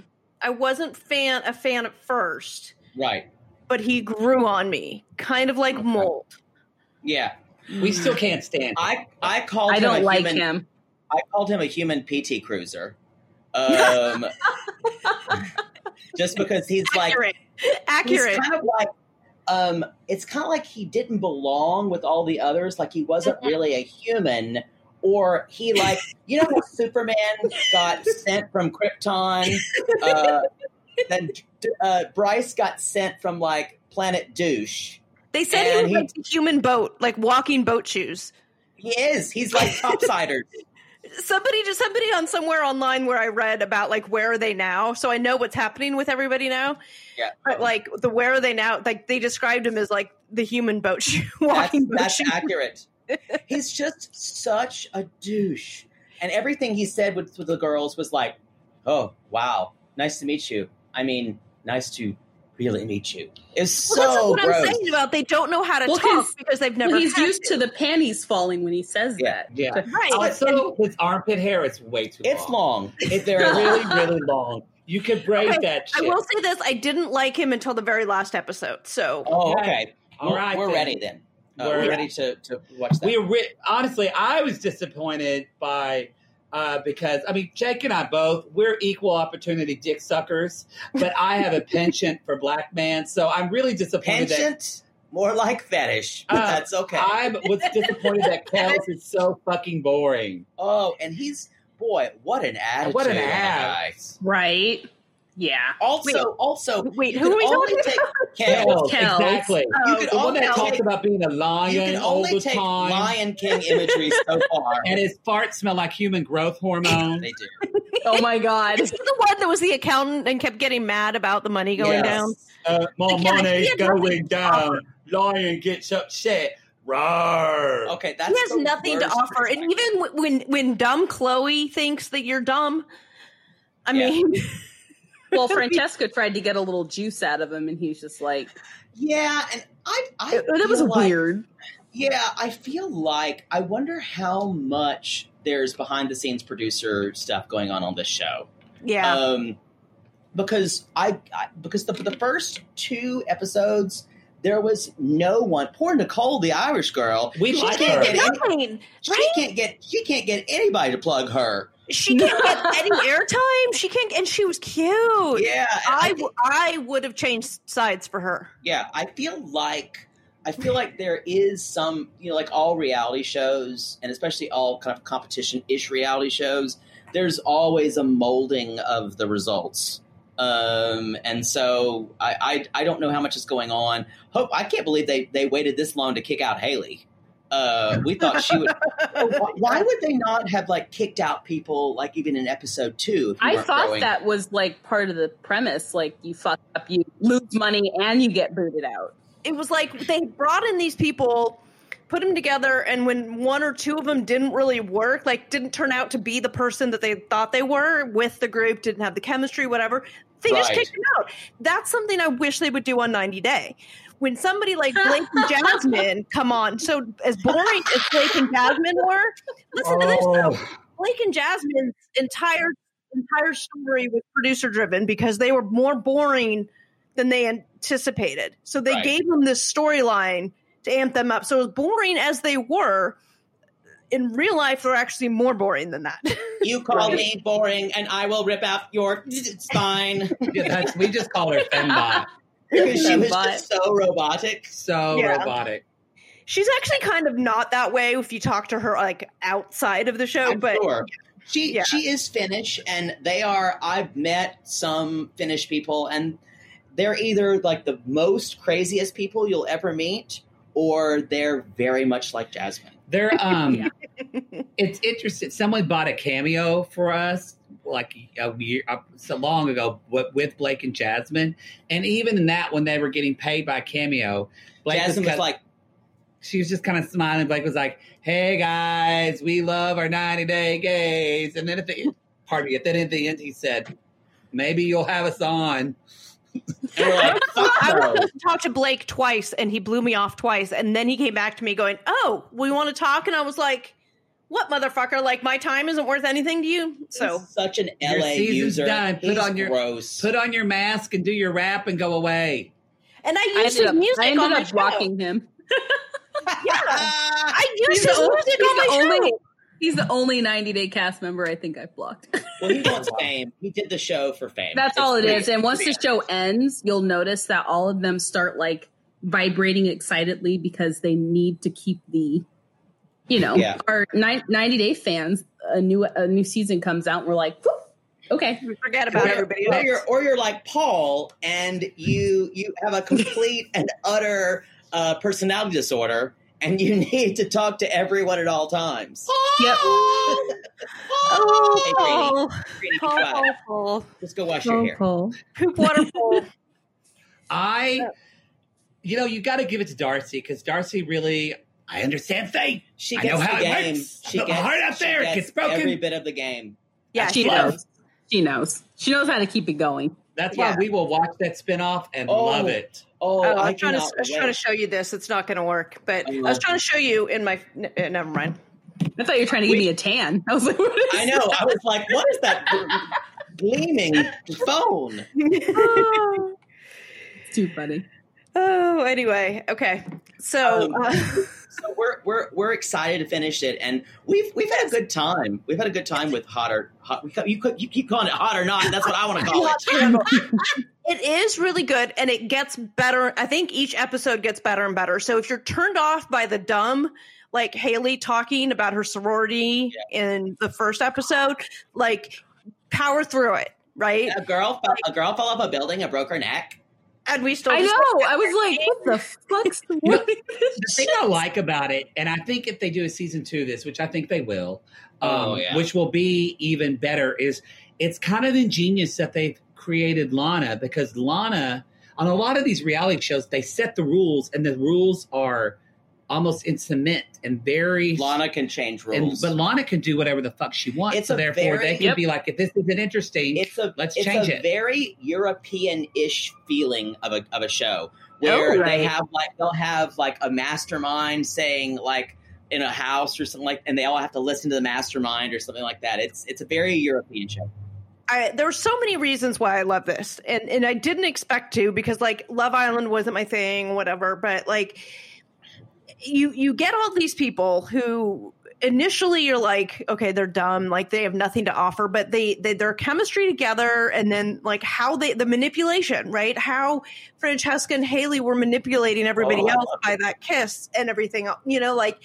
[SPEAKER 5] I wasn't fan a fan at first,
[SPEAKER 1] right.
[SPEAKER 5] but he grew on me, kind of like mold.
[SPEAKER 1] Yeah.
[SPEAKER 2] we still can't stand. it.
[SPEAKER 1] I I called.
[SPEAKER 6] I
[SPEAKER 1] him
[SPEAKER 6] don't
[SPEAKER 1] a
[SPEAKER 6] like
[SPEAKER 1] human,
[SPEAKER 6] him.
[SPEAKER 1] I called him a human PT cruiser. Um, just because he's like
[SPEAKER 5] Accurate,
[SPEAKER 1] he's
[SPEAKER 5] accurate.
[SPEAKER 1] kind of like um, it's kind of like he didn't belong with all the others. Like he wasn't
[SPEAKER 5] Mm-hmm.
[SPEAKER 1] really a human, or he like you know how Superman got sent from Krypton. Uh, then uh, Bryce got sent from like Planet Douche.
[SPEAKER 5] They said
[SPEAKER 1] and
[SPEAKER 5] he was
[SPEAKER 1] he-
[SPEAKER 5] like a human boat, like walking boat shoes.
[SPEAKER 1] He is. He's like topsiders.
[SPEAKER 5] Somebody just somebody on somewhere online where I read about like where are they now? So I know what's happening with everybody now.
[SPEAKER 1] Yeah.
[SPEAKER 5] But like the where are they now? Like they described him as like the human boat shoe walking boat
[SPEAKER 1] that's,
[SPEAKER 5] shoe.
[SPEAKER 1] that's accurate. He's just such a douche, and everything he said with, with the girls was like, "Oh wow, nice to meet you." I mean, nice to really meet you. It's
[SPEAKER 5] Well, that's
[SPEAKER 1] so
[SPEAKER 5] what
[SPEAKER 1] gross.
[SPEAKER 5] I'm saying about they don't know how to
[SPEAKER 6] Well, 'cause-
[SPEAKER 5] talk because they've never.
[SPEAKER 6] Well, he's
[SPEAKER 5] had
[SPEAKER 6] used to the panties falling when he says
[SPEAKER 1] Yeah.
[SPEAKER 6] that.
[SPEAKER 2] Yeah.
[SPEAKER 5] right.
[SPEAKER 1] Oh,
[SPEAKER 2] Also, his armpit hair is way too.
[SPEAKER 1] It's long. If
[SPEAKER 2] They're
[SPEAKER 1] there
[SPEAKER 2] really, really long. You could braid
[SPEAKER 5] Okay,
[SPEAKER 2] that.
[SPEAKER 5] I
[SPEAKER 2] Shit.
[SPEAKER 5] will say this: I didn't like him until the very last episode. So
[SPEAKER 1] oh, okay.
[SPEAKER 2] All right,
[SPEAKER 1] we're
[SPEAKER 2] then.
[SPEAKER 1] ready then. Uh, we're
[SPEAKER 2] We're-
[SPEAKER 1] ready to, to watch that.
[SPEAKER 2] We re- honestly, I was disappointed by uh, because I mean Jake and I both we're equal opportunity dick suckers, but I have a penchant for black man, so I'm really disappointed
[SPEAKER 1] Penchant, more like fetish. But
[SPEAKER 2] Uh,
[SPEAKER 1] that's okay.
[SPEAKER 2] that I was disappointed that Kellis is so fucking boring.
[SPEAKER 1] oh, and he's boy, what an attitude!
[SPEAKER 2] What an
[SPEAKER 1] on the
[SPEAKER 2] ass.
[SPEAKER 1] guy.
[SPEAKER 6] Right? Yeah.
[SPEAKER 1] Also,
[SPEAKER 5] Wait.
[SPEAKER 1] also,
[SPEAKER 5] Wait,
[SPEAKER 1] Oh, you
[SPEAKER 5] who
[SPEAKER 1] can
[SPEAKER 5] are we
[SPEAKER 1] only
[SPEAKER 5] talking
[SPEAKER 1] take Kel.
[SPEAKER 2] Kells,
[SPEAKER 6] Kells.
[SPEAKER 2] exactly.
[SPEAKER 1] You
[SPEAKER 5] Oh,
[SPEAKER 1] can
[SPEAKER 2] The one
[SPEAKER 1] only
[SPEAKER 2] that talks
[SPEAKER 1] take-
[SPEAKER 2] about being a
[SPEAKER 1] you
[SPEAKER 2] lion
[SPEAKER 1] can
[SPEAKER 2] all
[SPEAKER 1] only
[SPEAKER 2] the
[SPEAKER 1] take
[SPEAKER 2] time,
[SPEAKER 1] Lion King imagery so far.
[SPEAKER 2] and his farts smell like human growth hormone.
[SPEAKER 1] they do.
[SPEAKER 6] Oh my god.
[SPEAKER 5] Is he the one that was the accountant and kept getting mad about the money
[SPEAKER 1] Yes.
[SPEAKER 5] going down?
[SPEAKER 2] uh, my
[SPEAKER 5] Like, yeah, he
[SPEAKER 2] money's
[SPEAKER 5] had
[SPEAKER 2] going down. Lion gets upset. Roar.
[SPEAKER 1] Okay, that's
[SPEAKER 5] he has
[SPEAKER 1] the
[SPEAKER 5] nothing to
[SPEAKER 1] worst
[SPEAKER 5] offer, and
[SPEAKER 1] perspective.
[SPEAKER 5] even wh- when when dumb Chloe thinks that you're dumb, I
[SPEAKER 1] Yeah.
[SPEAKER 5] mean,
[SPEAKER 6] Well, Francesca tried to get a little juice out of him, and he's just like,
[SPEAKER 1] yeah, and I, I
[SPEAKER 6] "That was
[SPEAKER 1] feel like-
[SPEAKER 6] weird."
[SPEAKER 1] Yeah, I feel like I wonder how much there's behind the scenes producer stuff going on on this show.
[SPEAKER 5] yeah,
[SPEAKER 1] Um, because I, I because the the first two episodes there was no one. Poor Nicole, the Irish girl.
[SPEAKER 2] We
[SPEAKER 1] she
[SPEAKER 2] like
[SPEAKER 1] can't
[SPEAKER 2] her.
[SPEAKER 1] get any,
[SPEAKER 5] nothing.
[SPEAKER 1] she can't get she can't get anybody to plug her.
[SPEAKER 5] She can't get any airtime. She can't, and she was cute.
[SPEAKER 1] Yeah, and
[SPEAKER 5] I,
[SPEAKER 1] think-
[SPEAKER 5] w- I would have changed sides for her.
[SPEAKER 1] yeah i feel like i feel like there is some you know like all reality shows and especially all kind of competition-ish reality shows there's always a molding of the results um and so i i, I don't know how much is going on hope i can't believe they they waited this long to kick out haley uh we thought she would why, why would they not have like kicked out people like even in episode two if you
[SPEAKER 6] I
[SPEAKER 1] weren't
[SPEAKER 6] thought
[SPEAKER 1] going?
[SPEAKER 6] that was like part of the premise. Like, you fuck up, you lose money, and you get booted out.
[SPEAKER 5] It was like they brought in these people, put them together, and when one or two of them didn't really work, like didn't turn out to be the person that they thought they were with the group, didn't have the chemistry, whatever, they just
[SPEAKER 1] Right.
[SPEAKER 5] kicked them out. That's something I wish they would do on 90 Day. When somebody like Blake and Jasmine come on, so as boring as Blake and Jasmine were, listen to
[SPEAKER 2] Oh.
[SPEAKER 5] this though. Blake and Jasmine's entire entire story was producer driven because they were more boring than they anticipated. So they
[SPEAKER 1] Right.
[SPEAKER 5] gave them this storyline to amp them up. So as boring as they were, in real life they're actually more boring than that.
[SPEAKER 1] You call
[SPEAKER 2] Right.
[SPEAKER 1] me boring, and I will rip out your spine
[SPEAKER 2] Yeah, that's, we just call her Fembot.
[SPEAKER 1] because she was
[SPEAKER 6] But-
[SPEAKER 1] just so robotic.
[SPEAKER 2] So
[SPEAKER 5] Yeah.
[SPEAKER 2] robotic.
[SPEAKER 5] She's actually kind of not that way if you talk to her like outside of the show,
[SPEAKER 1] I'm
[SPEAKER 5] but
[SPEAKER 1] sure. She
[SPEAKER 5] Yeah.
[SPEAKER 1] she is Finnish, and they are. I've met some Finnish people, and they're either like the most craziest people you'll ever meet, or they're very much like Jasmine.
[SPEAKER 2] They're um it's interesting. Someone bought a cameo for us like a year uh, so long ago with, with Blake and Jasmine. And even in that when they were getting paid by cameo, Blake
[SPEAKER 1] Jasmine was
[SPEAKER 2] kinda-
[SPEAKER 1] like,
[SPEAKER 2] she was just kind of smiling. Blake was like, "Hey guys, we love our 90 day gays." And then at the end, pardon me, at then at the end, he said, "Maybe you'll have us on."
[SPEAKER 1] and we're like fuck
[SPEAKER 5] I was
[SPEAKER 1] no.
[SPEAKER 5] supposed to talk to Blake twice and he blew me off twice. And then he came back to me going, Oh, we want to talk. And I was like, What motherfucker? Like, my time isn't worth anything to you. So
[SPEAKER 1] He's such an
[SPEAKER 2] Your
[SPEAKER 1] LA
[SPEAKER 2] season's
[SPEAKER 1] user.
[SPEAKER 2] done. Put
[SPEAKER 1] He's
[SPEAKER 2] on your-
[SPEAKER 1] gross.
[SPEAKER 2] Put on your mask and do your rap and go away.
[SPEAKER 5] And I
[SPEAKER 6] I
[SPEAKER 5] used
[SPEAKER 6] ended
[SPEAKER 5] his
[SPEAKER 6] up,
[SPEAKER 5] music
[SPEAKER 6] I ended
[SPEAKER 5] on my
[SPEAKER 6] up
[SPEAKER 5] show.
[SPEAKER 6] blocking him.
[SPEAKER 5] Yeah.
[SPEAKER 1] Ah,
[SPEAKER 5] I used
[SPEAKER 6] He's
[SPEAKER 5] his
[SPEAKER 6] the only-
[SPEAKER 5] music
[SPEAKER 6] he's
[SPEAKER 5] on my
[SPEAKER 6] the
[SPEAKER 5] show.
[SPEAKER 6] only- He's the only 90 Day cast member I think I've blocked.
[SPEAKER 1] well, he wants fame. He did the show for fame.
[SPEAKER 6] That's
[SPEAKER 1] It's
[SPEAKER 6] all it
[SPEAKER 1] pretty
[SPEAKER 6] is. And once the
[SPEAKER 1] clear.
[SPEAKER 6] show ends, you'll notice that all of them start like vibrating excitedly because they need to keep the, you know,
[SPEAKER 1] Yeah.
[SPEAKER 6] our ni- 90 Day fans. A new a new season comes out, and we're like, "Whoop, okay,
[SPEAKER 5] We Forget about
[SPEAKER 1] Or-
[SPEAKER 5] everybody
[SPEAKER 1] or
[SPEAKER 5] else.
[SPEAKER 1] you're, or you're like Paul, and you you have a complete and utter uh, personality disorder, and you need to talk to everyone at all times.
[SPEAKER 6] yep,
[SPEAKER 5] Oh,
[SPEAKER 1] Hey,
[SPEAKER 5] Paul.
[SPEAKER 1] Pretty
[SPEAKER 5] Paul,
[SPEAKER 1] quiet.
[SPEAKER 5] Paul, Paul.
[SPEAKER 1] Just go wash your hair.
[SPEAKER 5] Poop water Paul.
[SPEAKER 2] I, you know, you got to give it to Darcy because Darcy really, I understand faith.
[SPEAKER 1] She
[SPEAKER 2] I
[SPEAKER 1] gets
[SPEAKER 2] know how
[SPEAKER 1] the
[SPEAKER 2] it
[SPEAKER 1] game.
[SPEAKER 2] works.
[SPEAKER 1] She
[SPEAKER 2] The
[SPEAKER 1] gets
[SPEAKER 2] heart out
[SPEAKER 1] she
[SPEAKER 2] there
[SPEAKER 1] gets
[SPEAKER 2] gets broken.
[SPEAKER 1] Every bit of the game.
[SPEAKER 5] Yeah,
[SPEAKER 6] she
[SPEAKER 5] she does.
[SPEAKER 6] knows, she knows, she knows how to keep it going.
[SPEAKER 2] That's why
[SPEAKER 5] Yeah.
[SPEAKER 2] we will watch that spinoff and
[SPEAKER 1] Oh.
[SPEAKER 2] love it.
[SPEAKER 1] Oh,
[SPEAKER 5] Oh,
[SPEAKER 1] I
[SPEAKER 5] I'm trying to, I
[SPEAKER 1] cannot
[SPEAKER 5] was trying to
[SPEAKER 1] wait.
[SPEAKER 5] show you this. It's not going to work. But
[SPEAKER 1] I
[SPEAKER 5] I,
[SPEAKER 1] love
[SPEAKER 5] was trying to show you in my. n- uh, never mind.
[SPEAKER 6] I thought you were trying to give me a tan. I was like, what is
[SPEAKER 1] I know. I was like, what is that gl- gleaming phone?
[SPEAKER 5] oh,
[SPEAKER 6] It's too funny.
[SPEAKER 5] anyway. Okay. So.
[SPEAKER 1] Um,
[SPEAKER 5] uh,
[SPEAKER 1] So we're we're we're excited to finish it, and we've we've had a good time. We've had a good time with hot or hot. We, you could- you keep calling it hot or not. That's what I want to call it.
[SPEAKER 5] It is really good and it gets better. I think each episode gets better and better. So if you're turned off by the dumb, like Haley talking about her sorority in the first episode, like power through it, right?
[SPEAKER 1] a girl fell, a girl fell off a building and broke her neck.
[SPEAKER 5] And we still
[SPEAKER 6] I
[SPEAKER 5] just-
[SPEAKER 6] know. I was like, what the fuck's the what?
[SPEAKER 2] The thing I like about it, and I think if they do a season two of this, which I think they will, um,
[SPEAKER 1] Oh, yeah.
[SPEAKER 2] which will be even better, is it's kind of ingenious that they've created Lana because Lana, on a lot of these reality shows, they set the rules and the rules are almost in cement and very
[SPEAKER 1] Lana can change
[SPEAKER 2] And,
[SPEAKER 1] rules.
[SPEAKER 2] but Lana can do whatever the fuck she wants.
[SPEAKER 1] It's
[SPEAKER 2] so
[SPEAKER 1] a
[SPEAKER 2] therefore,
[SPEAKER 1] very-
[SPEAKER 2] they can
[SPEAKER 6] Yep.
[SPEAKER 2] be like, if this isn't interesting,
[SPEAKER 1] it's a
[SPEAKER 2] let's
[SPEAKER 1] it's
[SPEAKER 2] change
[SPEAKER 1] a
[SPEAKER 2] it.
[SPEAKER 1] very European-ish feeling of a of a show where
[SPEAKER 5] Oh,
[SPEAKER 1] they
[SPEAKER 5] right.
[SPEAKER 1] have like they'll have like a mastermind saying like in a house or something like, and they all have to listen to the mastermind or something like that. It's it's a very European show.
[SPEAKER 5] I, there were so many reasons why I love this, and and I didn't expect to because like Love Island wasn't my thing, whatever. But like, you you get all these people who initially you're like, okay, they're dumb, like they have nothing to offer, but they, they their chemistry together, and then like how they the manipulation, right? How Francesca and Haley were manipulating everybody
[SPEAKER 1] Oh, I
[SPEAKER 5] else by that kiss and everything, el- you know, like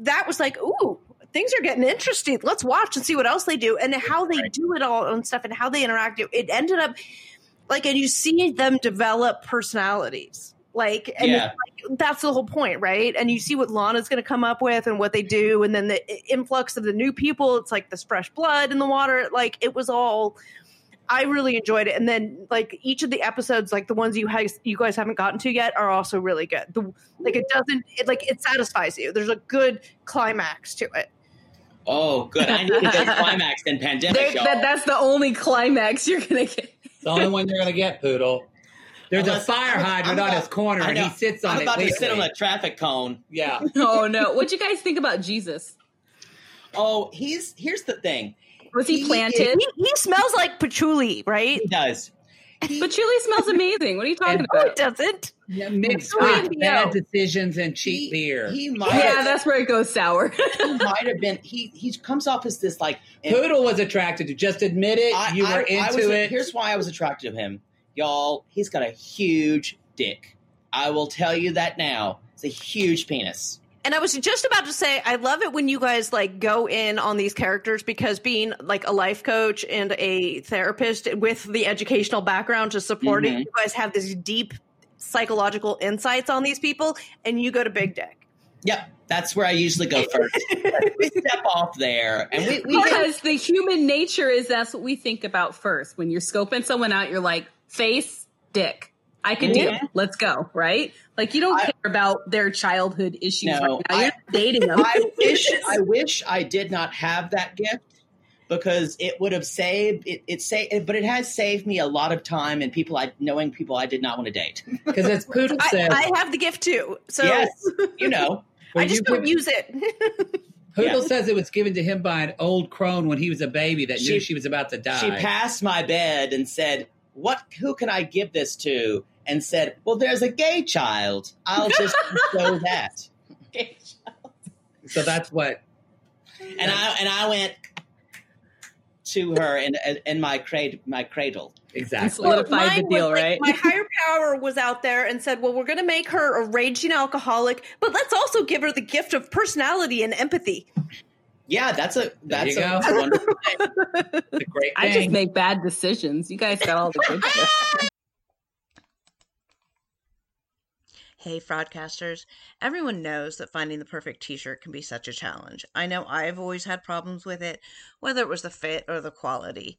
[SPEAKER 5] that was like, ooh, things are getting interesting. Let's watch and see what else they do and how they do it all and stuff and how they interact. It- It ended up like, and you see them develop personalities. Like, and
[SPEAKER 1] yeah,
[SPEAKER 5] that's the whole point, right? And you see what Lana's going to come up with and what they do, and then the influx of the new people. It's like this fresh blood in the water. Like, it was all I really enjoyed it. And then like each of the episodes, like the ones you ha- you guys haven't gotten to yet, are also really good. The, like it doesn't it, like it satisfies you. There's a good climax to it.
[SPEAKER 1] Oh, good. I needed that climax in pandemic,
[SPEAKER 6] There-
[SPEAKER 1] y'all.
[SPEAKER 6] that, that's the only climax you're gonna get.
[SPEAKER 2] It's the only one you're going to get, Poodle. There's
[SPEAKER 1] Unless-
[SPEAKER 2] a fire
[SPEAKER 1] I'm-
[SPEAKER 2] hydrant
[SPEAKER 1] I'm
[SPEAKER 2] on
[SPEAKER 1] about-
[SPEAKER 2] his corner,
[SPEAKER 1] I
[SPEAKER 2] and he
[SPEAKER 1] know.
[SPEAKER 2] sits on
[SPEAKER 1] I'm
[SPEAKER 2] it.
[SPEAKER 1] about to sit on
[SPEAKER 2] weekly.
[SPEAKER 1] a traffic cone.
[SPEAKER 2] Yeah.
[SPEAKER 6] Oh no! What'd you guys think about Jesus?
[SPEAKER 1] Oh, he's here's the thing.
[SPEAKER 6] Was he
[SPEAKER 1] He-
[SPEAKER 6] planted?
[SPEAKER 5] He, he smells like patchouli, right?
[SPEAKER 1] He does.
[SPEAKER 6] But Chili smells amazing. What are you talking
[SPEAKER 5] No,
[SPEAKER 6] about?
[SPEAKER 5] it doesn't.
[SPEAKER 2] Yeah, mixed
[SPEAKER 5] Oh,
[SPEAKER 2] with
[SPEAKER 5] yeah.
[SPEAKER 2] bad decisions and
[SPEAKER 1] he,
[SPEAKER 2] cheap beer.
[SPEAKER 1] He might
[SPEAKER 6] Yeah, that's where it goes sour.
[SPEAKER 1] he might have been he he comes off as this like
[SPEAKER 2] Poodle was attracted to. Just admit it.
[SPEAKER 1] I-
[SPEAKER 2] you were
[SPEAKER 1] I- I
[SPEAKER 2] into
[SPEAKER 1] was-
[SPEAKER 2] it.
[SPEAKER 1] Here's why I was attracted to him. Y'all, he's got a huge dick. I will tell you that now. It's a huge penis.
[SPEAKER 5] And I was just about to say, I love it when you guys like go in on these characters because being like a life coach and a therapist with the educational background to support
[SPEAKER 1] Mhm.
[SPEAKER 6] Mm-hmm.
[SPEAKER 5] it, you guys have this deep psychological insights on these people, and you go to Big Dick.
[SPEAKER 1] Yep, that's where I usually go first. we step off there, and we, we hit-
[SPEAKER 6] because the human nature is that's what we think about first. When you're scoping someone out, you're like, face, dick. I could do.
[SPEAKER 1] Mhm.
[SPEAKER 6] Let's go. Right? Like you don't
[SPEAKER 1] I-
[SPEAKER 6] care about their childhood issues
[SPEAKER 1] No,
[SPEAKER 6] right now.
[SPEAKER 1] I-
[SPEAKER 6] You're not dating them.
[SPEAKER 1] I wish I wish I did not have that gift because it would have saved it. It saved, but it has saved me a lot of time and people I knowing people I did not want to date.
[SPEAKER 2] Because as Poodle
[SPEAKER 5] I,
[SPEAKER 2] says,
[SPEAKER 5] I have the gift too, so
[SPEAKER 1] yes, you know.
[SPEAKER 2] when
[SPEAKER 5] I just
[SPEAKER 2] you
[SPEAKER 5] don't
[SPEAKER 2] put-
[SPEAKER 5] use it.
[SPEAKER 2] Poodle says it was given to him by an old crone when he was a baby that
[SPEAKER 1] She-
[SPEAKER 2] knew she was about to die.
[SPEAKER 1] She passed my bed and said, "What? Who can I give this to?" And said, "Well, there's a gay child. I'll just show that."
[SPEAKER 2] so that's what.
[SPEAKER 1] And I and I went to her in in my cradle, my cradle.
[SPEAKER 2] Exactly.
[SPEAKER 6] Well, solidified the
[SPEAKER 5] mine was
[SPEAKER 6] deal,
[SPEAKER 5] like,
[SPEAKER 6] right?
[SPEAKER 5] My higher power was out there and said, "Well, we're going to make her a raging alcoholic, but let's also give her the gift of personality and empathy."
[SPEAKER 1] Yeah, that's a that's
[SPEAKER 2] you
[SPEAKER 1] a,
[SPEAKER 2] go.
[SPEAKER 1] that's a wonderful.
[SPEAKER 2] It's a great
[SPEAKER 6] I just
[SPEAKER 2] thing.
[SPEAKER 6] make bad decisions. You guys got all the good stuff.
[SPEAKER 7] Hey, fraudcasters. Everyone knows that finding the perfect t shirt can be such a challenge. I know I've always had problems with it, whether it was the fit or the quality.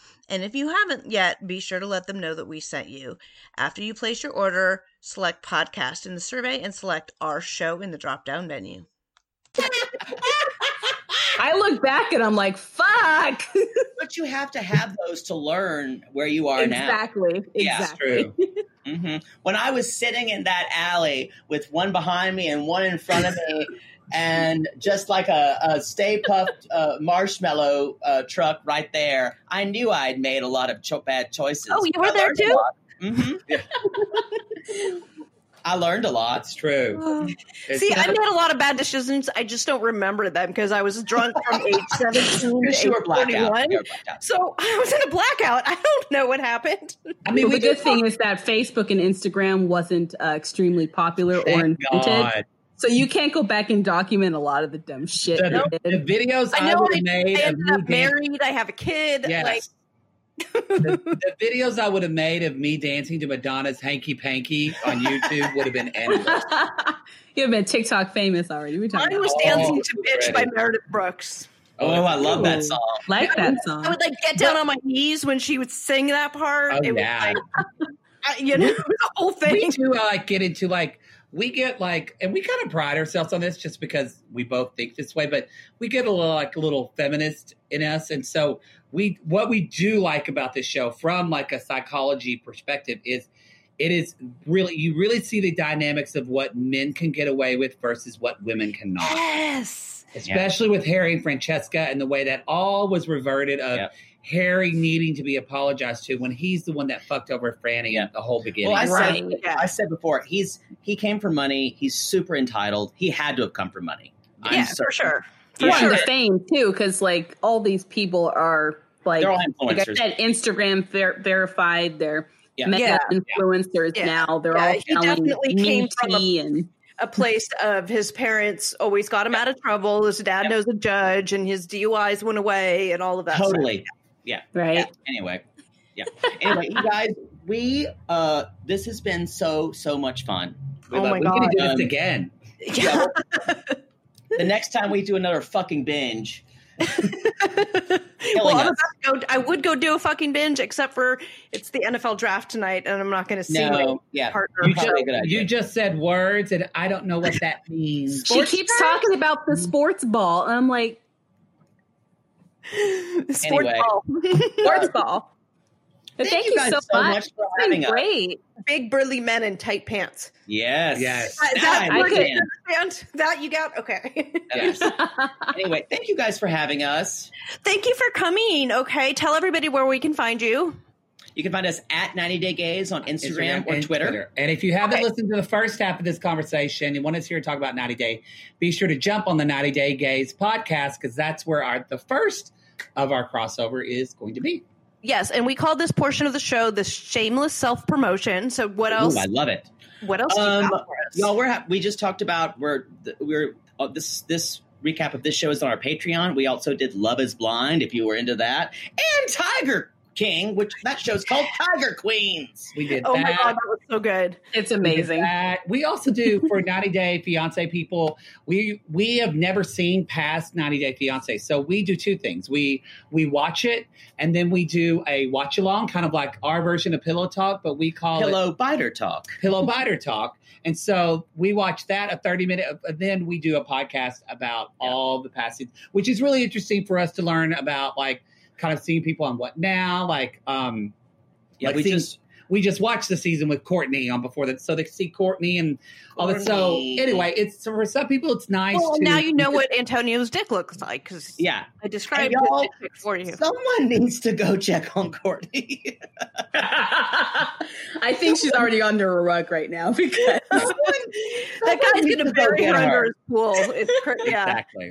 [SPEAKER 7] And if you haven't yet, be sure to let them know that we sent you. After you place your order, select podcast in the survey and select our show in the drop down menu.
[SPEAKER 6] I look back and I'm like, fuck.
[SPEAKER 1] But you have to have those to learn where you are now.
[SPEAKER 6] exactly.
[SPEAKER 1] Yeah, it's
[SPEAKER 6] Exactly.
[SPEAKER 2] True.
[SPEAKER 1] hmm When I was sitting in that alley with one behind me and one in front of me, and just like a, a Stay Puffed uh, marshmallow uh, truck right there, I knew I had made a lot of cho- bad choices.
[SPEAKER 5] Oh, you were there too?
[SPEAKER 1] hmm Mm-hmm. I learned a lot.
[SPEAKER 2] That's
[SPEAKER 5] Oh,
[SPEAKER 2] true. It's
[SPEAKER 5] See, I
[SPEAKER 2] not-
[SPEAKER 5] made a lot of bad decisions. I just don't remember them because I was drunk from age seventeen to
[SPEAKER 1] Because you were
[SPEAKER 5] age
[SPEAKER 1] blacked out.
[SPEAKER 5] forty-one.
[SPEAKER 1] You were blacked out.
[SPEAKER 5] So I was in a blackout. I don't know what happened.
[SPEAKER 2] I mean,
[SPEAKER 6] Well,
[SPEAKER 2] we
[SPEAKER 6] the good
[SPEAKER 2] did-
[SPEAKER 6] thing is that Facebook and Instagram wasn't uh, extremely popular or
[SPEAKER 2] Thank
[SPEAKER 6] invented.
[SPEAKER 2] God.
[SPEAKER 6] So you can't go back and document a lot of the dumb shit.
[SPEAKER 2] The,
[SPEAKER 6] you
[SPEAKER 2] the
[SPEAKER 6] did.
[SPEAKER 2] videos
[SPEAKER 5] I
[SPEAKER 2] I,
[SPEAKER 5] know
[SPEAKER 2] would
[SPEAKER 5] I,
[SPEAKER 2] have
[SPEAKER 5] I
[SPEAKER 2] made of
[SPEAKER 5] ended
[SPEAKER 2] me
[SPEAKER 5] up
[SPEAKER 2] dancing
[SPEAKER 5] married. I have a kid.
[SPEAKER 2] Yes.
[SPEAKER 5] Like
[SPEAKER 2] the, the videos I would have made of me dancing to Madonna's "Hanky Panky" on YouTube would have been endless.
[SPEAKER 6] You've been TikTok famous already. We talking
[SPEAKER 5] mine
[SPEAKER 6] about
[SPEAKER 5] was
[SPEAKER 2] Oh,
[SPEAKER 5] dancing to
[SPEAKER 2] it's
[SPEAKER 5] "Bitch" by
[SPEAKER 2] ready.
[SPEAKER 5] Meredith Brooks.
[SPEAKER 1] Oh, I love
[SPEAKER 6] Ooh.
[SPEAKER 1] that song.
[SPEAKER 6] like that
[SPEAKER 5] I
[SPEAKER 6] song.
[SPEAKER 5] would like get down on my knees when she would sing that part.
[SPEAKER 2] Oh,
[SPEAKER 5] It was
[SPEAKER 2] yeah.
[SPEAKER 5] like- I, you know, the whole
[SPEAKER 2] we
[SPEAKER 5] thing.
[SPEAKER 2] do uh, like get into like we get like and we kind of pride ourselves on this just because we both think this way but we get a little like a little feminist in us and so we what we do like about this show from like a psychology perspective is it is really you really see the dynamics of what men can get away with versus what women cannot
[SPEAKER 5] Yes.
[SPEAKER 2] especially with Harry and Francesca and the way that all was reverted of
[SPEAKER 1] Yep.
[SPEAKER 2] Harry needing to be apologized to when he's the one that fucked over Franny
[SPEAKER 1] Yeah.
[SPEAKER 2] at the whole beginning.
[SPEAKER 1] Well, I
[SPEAKER 5] Right.
[SPEAKER 1] said
[SPEAKER 5] Yeah.
[SPEAKER 1] I said before he's he came for money. He's super entitled. He had to have come for money. I'm
[SPEAKER 5] yeah,
[SPEAKER 1] certain.
[SPEAKER 5] for sure. For
[SPEAKER 6] Well,
[SPEAKER 1] Yeah.
[SPEAKER 6] and
[SPEAKER 5] sure.
[SPEAKER 6] the fame too, because like all these people are like,
[SPEAKER 1] They're all
[SPEAKER 6] like I
[SPEAKER 1] influencers.
[SPEAKER 6] said, Instagram ver- verified. They're
[SPEAKER 1] Yeah.
[SPEAKER 6] mega
[SPEAKER 5] Yeah.
[SPEAKER 6] influencers
[SPEAKER 5] Yeah.
[SPEAKER 6] now. They're
[SPEAKER 5] Yeah,
[SPEAKER 6] all
[SPEAKER 5] he
[SPEAKER 6] selling
[SPEAKER 5] definitely
[SPEAKER 6] meat
[SPEAKER 5] came from a-
[SPEAKER 6] tea and
[SPEAKER 5] A place of his parents always got him out of trouble. His dad knows a judge, and his DUIs went away, and all of that. stuff.
[SPEAKER 1] totally.
[SPEAKER 6] right.
[SPEAKER 1] Anyway, yeah. Anyway, you guys, we uh, this has been so so much fun. We
[SPEAKER 5] Oh
[SPEAKER 1] love-
[SPEAKER 5] my
[SPEAKER 1] we
[SPEAKER 2] We're
[SPEAKER 5] God.
[SPEAKER 2] gonna do
[SPEAKER 1] Um,
[SPEAKER 2] this again.
[SPEAKER 1] Yeah. the next time we do another fucking binge,
[SPEAKER 5] well,
[SPEAKER 1] Killing
[SPEAKER 5] I'm
[SPEAKER 1] us.
[SPEAKER 5] about to go. I would go do a fucking binge, except for it's the NFL draft tonight, and I'm not going to see my
[SPEAKER 1] no, yeah,
[SPEAKER 5] partner.
[SPEAKER 2] You
[SPEAKER 1] probably
[SPEAKER 2] just,
[SPEAKER 1] a good idea.
[SPEAKER 2] you just said words, and I don't know what that means.
[SPEAKER 6] She keeps talking about
[SPEAKER 5] Mm-hmm.
[SPEAKER 6] the sports ball, and I'm like,
[SPEAKER 5] Sports
[SPEAKER 1] Anyway.
[SPEAKER 5] ball.
[SPEAKER 6] sports ball. But thank, you,
[SPEAKER 1] guys
[SPEAKER 6] so, much.
[SPEAKER 1] for
[SPEAKER 6] It's been
[SPEAKER 1] having us.
[SPEAKER 6] great.
[SPEAKER 5] Big burly men in tight pants.
[SPEAKER 1] Yes,
[SPEAKER 2] Yes.
[SPEAKER 5] Uh,
[SPEAKER 1] Now
[SPEAKER 5] that-
[SPEAKER 1] I
[SPEAKER 6] I could-
[SPEAKER 1] understand.
[SPEAKER 5] And that you got okay.
[SPEAKER 1] Yes. anyway, thank you guys for having us.
[SPEAKER 5] Thank you for coming. Okay, tell everybody where we can find you.
[SPEAKER 1] You can find us at 90 Day Gaze on Instagram, or
[SPEAKER 2] and
[SPEAKER 1] Twitter.
[SPEAKER 2] And if you haven't
[SPEAKER 5] Okay.
[SPEAKER 2] listened to the first half of this conversation and want us here to talk about 90 Day, be sure to jump on the 90 Day Gays podcast because that's where our the first of our crossover is going to be.
[SPEAKER 5] Yes, and we call this portion of the show the shameless self promotion. So what else?
[SPEAKER 1] Ooh, I love it.
[SPEAKER 5] what else? do
[SPEAKER 1] Um,
[SPEAKER 5] you got for us?
[SPEAKER 1] Y'all, we're ha- we just talked about we're th- we're uh, this this recap of this show is on our Patreon. We also did Love Is Blind if you were into that, and Tiger King, which that show's called Tiger Queens.
[SPEAKER 2] We did
[SPEAKER 5] oh
[SPEAKER 2] that.
[SPEAKER 5] my god, that was so good.
[SPEAKER 6] It's
[SPEAKER 2] We did
[SPEAKER 6] amazing.
[SPEAKER 2] that. We also do for 90 Day Fiance people. We we have never seen past 90 Day Fiance, so we do two things. We we watch it, and then we do a watch along, kind of like our version of Pillow Talk, but we
[SPEAKER 5] Oh,
[SPEAKER 2] call it
[SPEAKER 1] Pillow biter talk.
[SPEAKER 2] Pillow Biter Talk. And so we watch that a 30 minute, and then we do a podcast about
[SPEAKER 1] Yeah.
[SPEAKER 2] all the past, which is really interesting for us to learn about, like kind of seeing people on what now, like um
[SPEAKER 1] Yeah,
[SPEAKER 2] Like
[SPEAKER 1] we
[SPEAKER 2] seeing-
[SPEAKER 1] just
[SPEAKER 2] we just watched the season with Courtney on before that, so they see Courtney and
[SPEAKER 5] oh,
[SPEAKER 2] all that. Oh, So
[SPEAKER 1] Courtney.
[SPEAKER 2] anyway, it's so for some people it's nice.
[SPEAKER 5] Well,
[SPEAKER 2] to,
[SPEAKER 5] now you know what Antonio's dick looks like because
[SPEAKER 1] yeah.
[SPEAKER 5] I described
[SPEAKER 1] And y'all-
[SPEAKER 5] his dick for you.
[SPEAKER 1] Someone needs to go check on Courtney.
[SPEAKER 6] I think she's already under a rug right now because
[SPEAKER 5] that guy's
[SPEAKER 1] needs
[SPEAKER 5] gonna
[SPEAKER 1] to go
[SPEAKER 5] bury
[SPEAKER 1] get
[SPEAKER 5] her
[SPEAKER 1] her.
[SPEAKER 5] under his pool. It's cr- yeah,
[SPEAKER 2] exactly,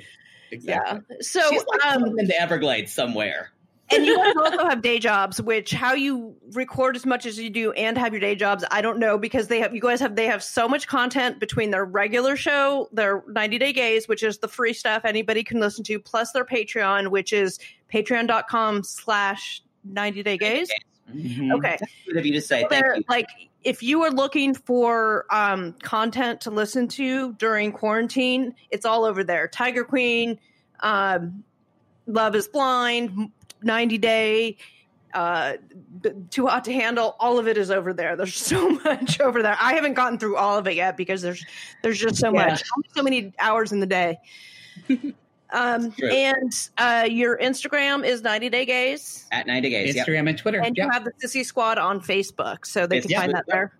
[SPEAKER 5] yeah.
[SPEAKER 2] exactly.
[SPEAKER 5] So
[SPEAKER 1] She's like
[SPEAKER 5] um,
[SPEAKER 1] um, in the Everglades somewhere.
[SPEAKER 5] and you guys also have day jobs, which how you record as much as you do and have your day jobs, I don't know because they have you guys have they have so much content between their regular show, their 90 Day Gaze, which is the free stuff anybody can listen to, plus their Patreon, which is patreon.com slash 90 Day Gaze.
[SPEAKER 2] Mm-hmm.
[SPEAKER 5] Okay.
[SPEAKER 1] Good of you to say thank
[SPEAKER 5] They're-
[SPEAKER 1] you.
[SPEAKER 5] Like if you are looking for um, content to listen to during quarantine, it's all over there. Tiger Queen, um, Love Is Blind, 90 Day, uh, B- Too Hot to Handle. All of it is over there. There's so much over there. I haven't gotten through all of it yet because there's there's just so
[SPEAKER 2] Yeah.
[SPEAKER 5] much, Only so many hours in the day. Um,
[SPEAKER 1] True.
[SPEAKER 5] and uh, your Instagram is 90 Day Gaze.
[SPEAKER 1] At 90 Gaze. Yep.
[SPEAKER 2] Instagram and Twitter.
[SPEAKER 5] And you
[SPEAKER 2] Yep.
[SPEAKER 5] have the Sissy Squad on Facebook, so they
[SPEAKER 1] Yes,
[SPEAKER 5] can
[SPEAKER 1] yeah.
[SPEAKER 5] find that there.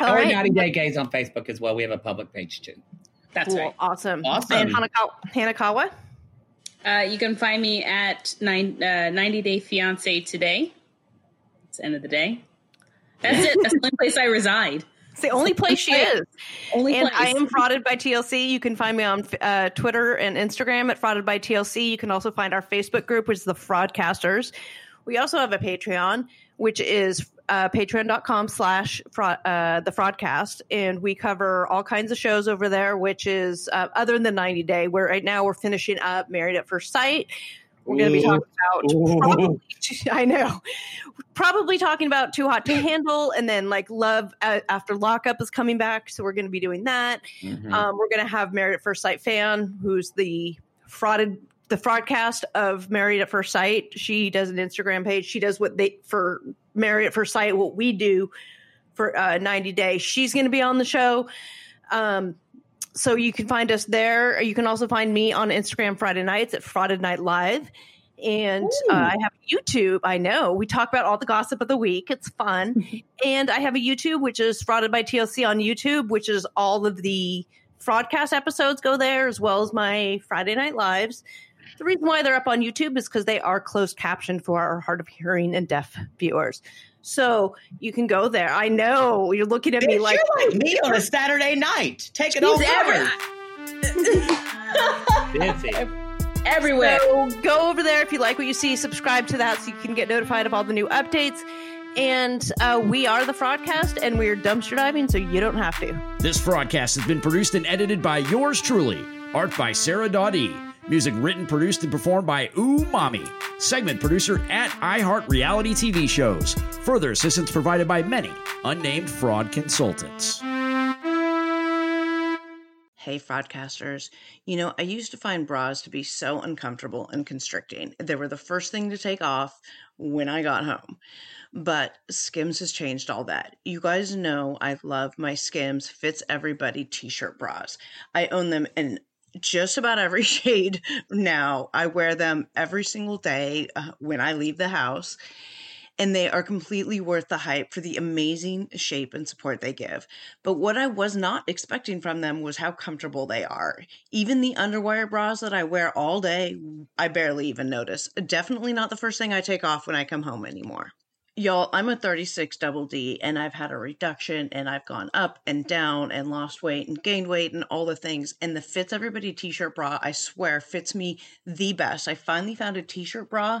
[SPEAKER 2] Or
[SPEAKER 5] All right,
[SPEAKER 2] 90 Day Gays on Facebook as well. We have a public page too. That's
[SPEAKER 5] cool,
[SPEAKER 2] right.
[SPEAKER 5] awesome,
[SPEAKER 1] Awesome.
[SPEAKER 5] And Hanakawa, Hanakawa?
[SPEAKER 6] uh, you can find me at nine, uh, 90 Day Fiance today. It's the end of the day. That's it. That's the only place I reside.
[SPEAKER 5] It's the only place she is.
[SPEAKER 6] Only
[SPEAKER 5] And
[SPEAKER 6] place.
[SPEAKER 5] I am frauded by TLC. You can find me on uh, Twitter and Instagram at frauded by TLC. You can also find our Facebook group, which is the Fraudcasters. We also have a Patreon, which is uh, patreon.com slash fraud- uh, the fraudcast. And we cover all kinds of shows over there, which is uh, other than 90 Day, where right now we're finishing up Married at First Sight. We're going to be talking about probably, I know, probably talking about Too Hot to Handle, and then like Love uh, After Lockup is coming back, so we're going to be doing that.
[SPEAKER 2] Mm-hmm.
[SPEAKER 1] Mhm.
[SPEAKER 5] Um, we're going to have Married at First Sight fan, who's the frauded the fraudcast of Married at First Sight. She does an Instagram page. She does what they for Married at First Sight, what we do for uh, 90 Day. She's going to be on the show. Um, so you can find us there. You can also find me on Instagram Friday nights at Friday Night Live. And uh, I have YouTube. I know we talk about all the gossip of the week. It's fun. and I have a YouTube, which is Frauded by TLC on YouTube, which is all of the fraudcast episodes go there as well as my Friday Night Lives. The reason why they're up on YouTube is because they are closed captioned for our hard of hearing and deaf viewers. So you can go there. I know you're looking at me
[SPEAKER 1] Bitch,
[SPEAKER 5] like,
[SPEAKER 1] you're like me on a Saturday night. Take it
[SPEAKER 5] She's
[SPEAKER 1] all
[SPEAKER 5] every-
[SPEAKER 2] Fancy.
[SPEAKER 6] Everywhere.
[SPEAKER 5] So go over there if you like what you see. Subscribe to that so you can get notified of all the new updates. And uh, we are the Fraudcast, and we're dumpster diving, so you don't have to.
[SPEAKER 4] This broadcast has been produced and edited by yours truly. Art by Sarah Dawdy. Music written, produced, and performed by Ooh Mommy. Segment producer at iHeart Reality TV shows. Further assistance provided by many unnamed fraud consultants.
[SPEAKER 7] Hey, fraudcasters. You know, I used to find bras to be so uncomfortable and constricting. They were the first thing to take off when I got home. But Skims has changed all that. You guys know I love my Skims Fits Everybody t shirt bras. I own them in just about every shade now. I wear them every single day uh, when I leave the house and they are completely worth the hype for the amazing shape and support they give. But what I was not expecting from them was how comfortable they are. Even the underwear bras that I wear all day, I barely even notice. Definitely not the first thing I take off when I come home anymore. Y'all, I'm a 36 double D and I've had a reduction and I've gone up and down and lost weight and gained weight and all the things. And the Fits Everybody t shirt bra, I swear, fits me the best. I finally found a t shirt bra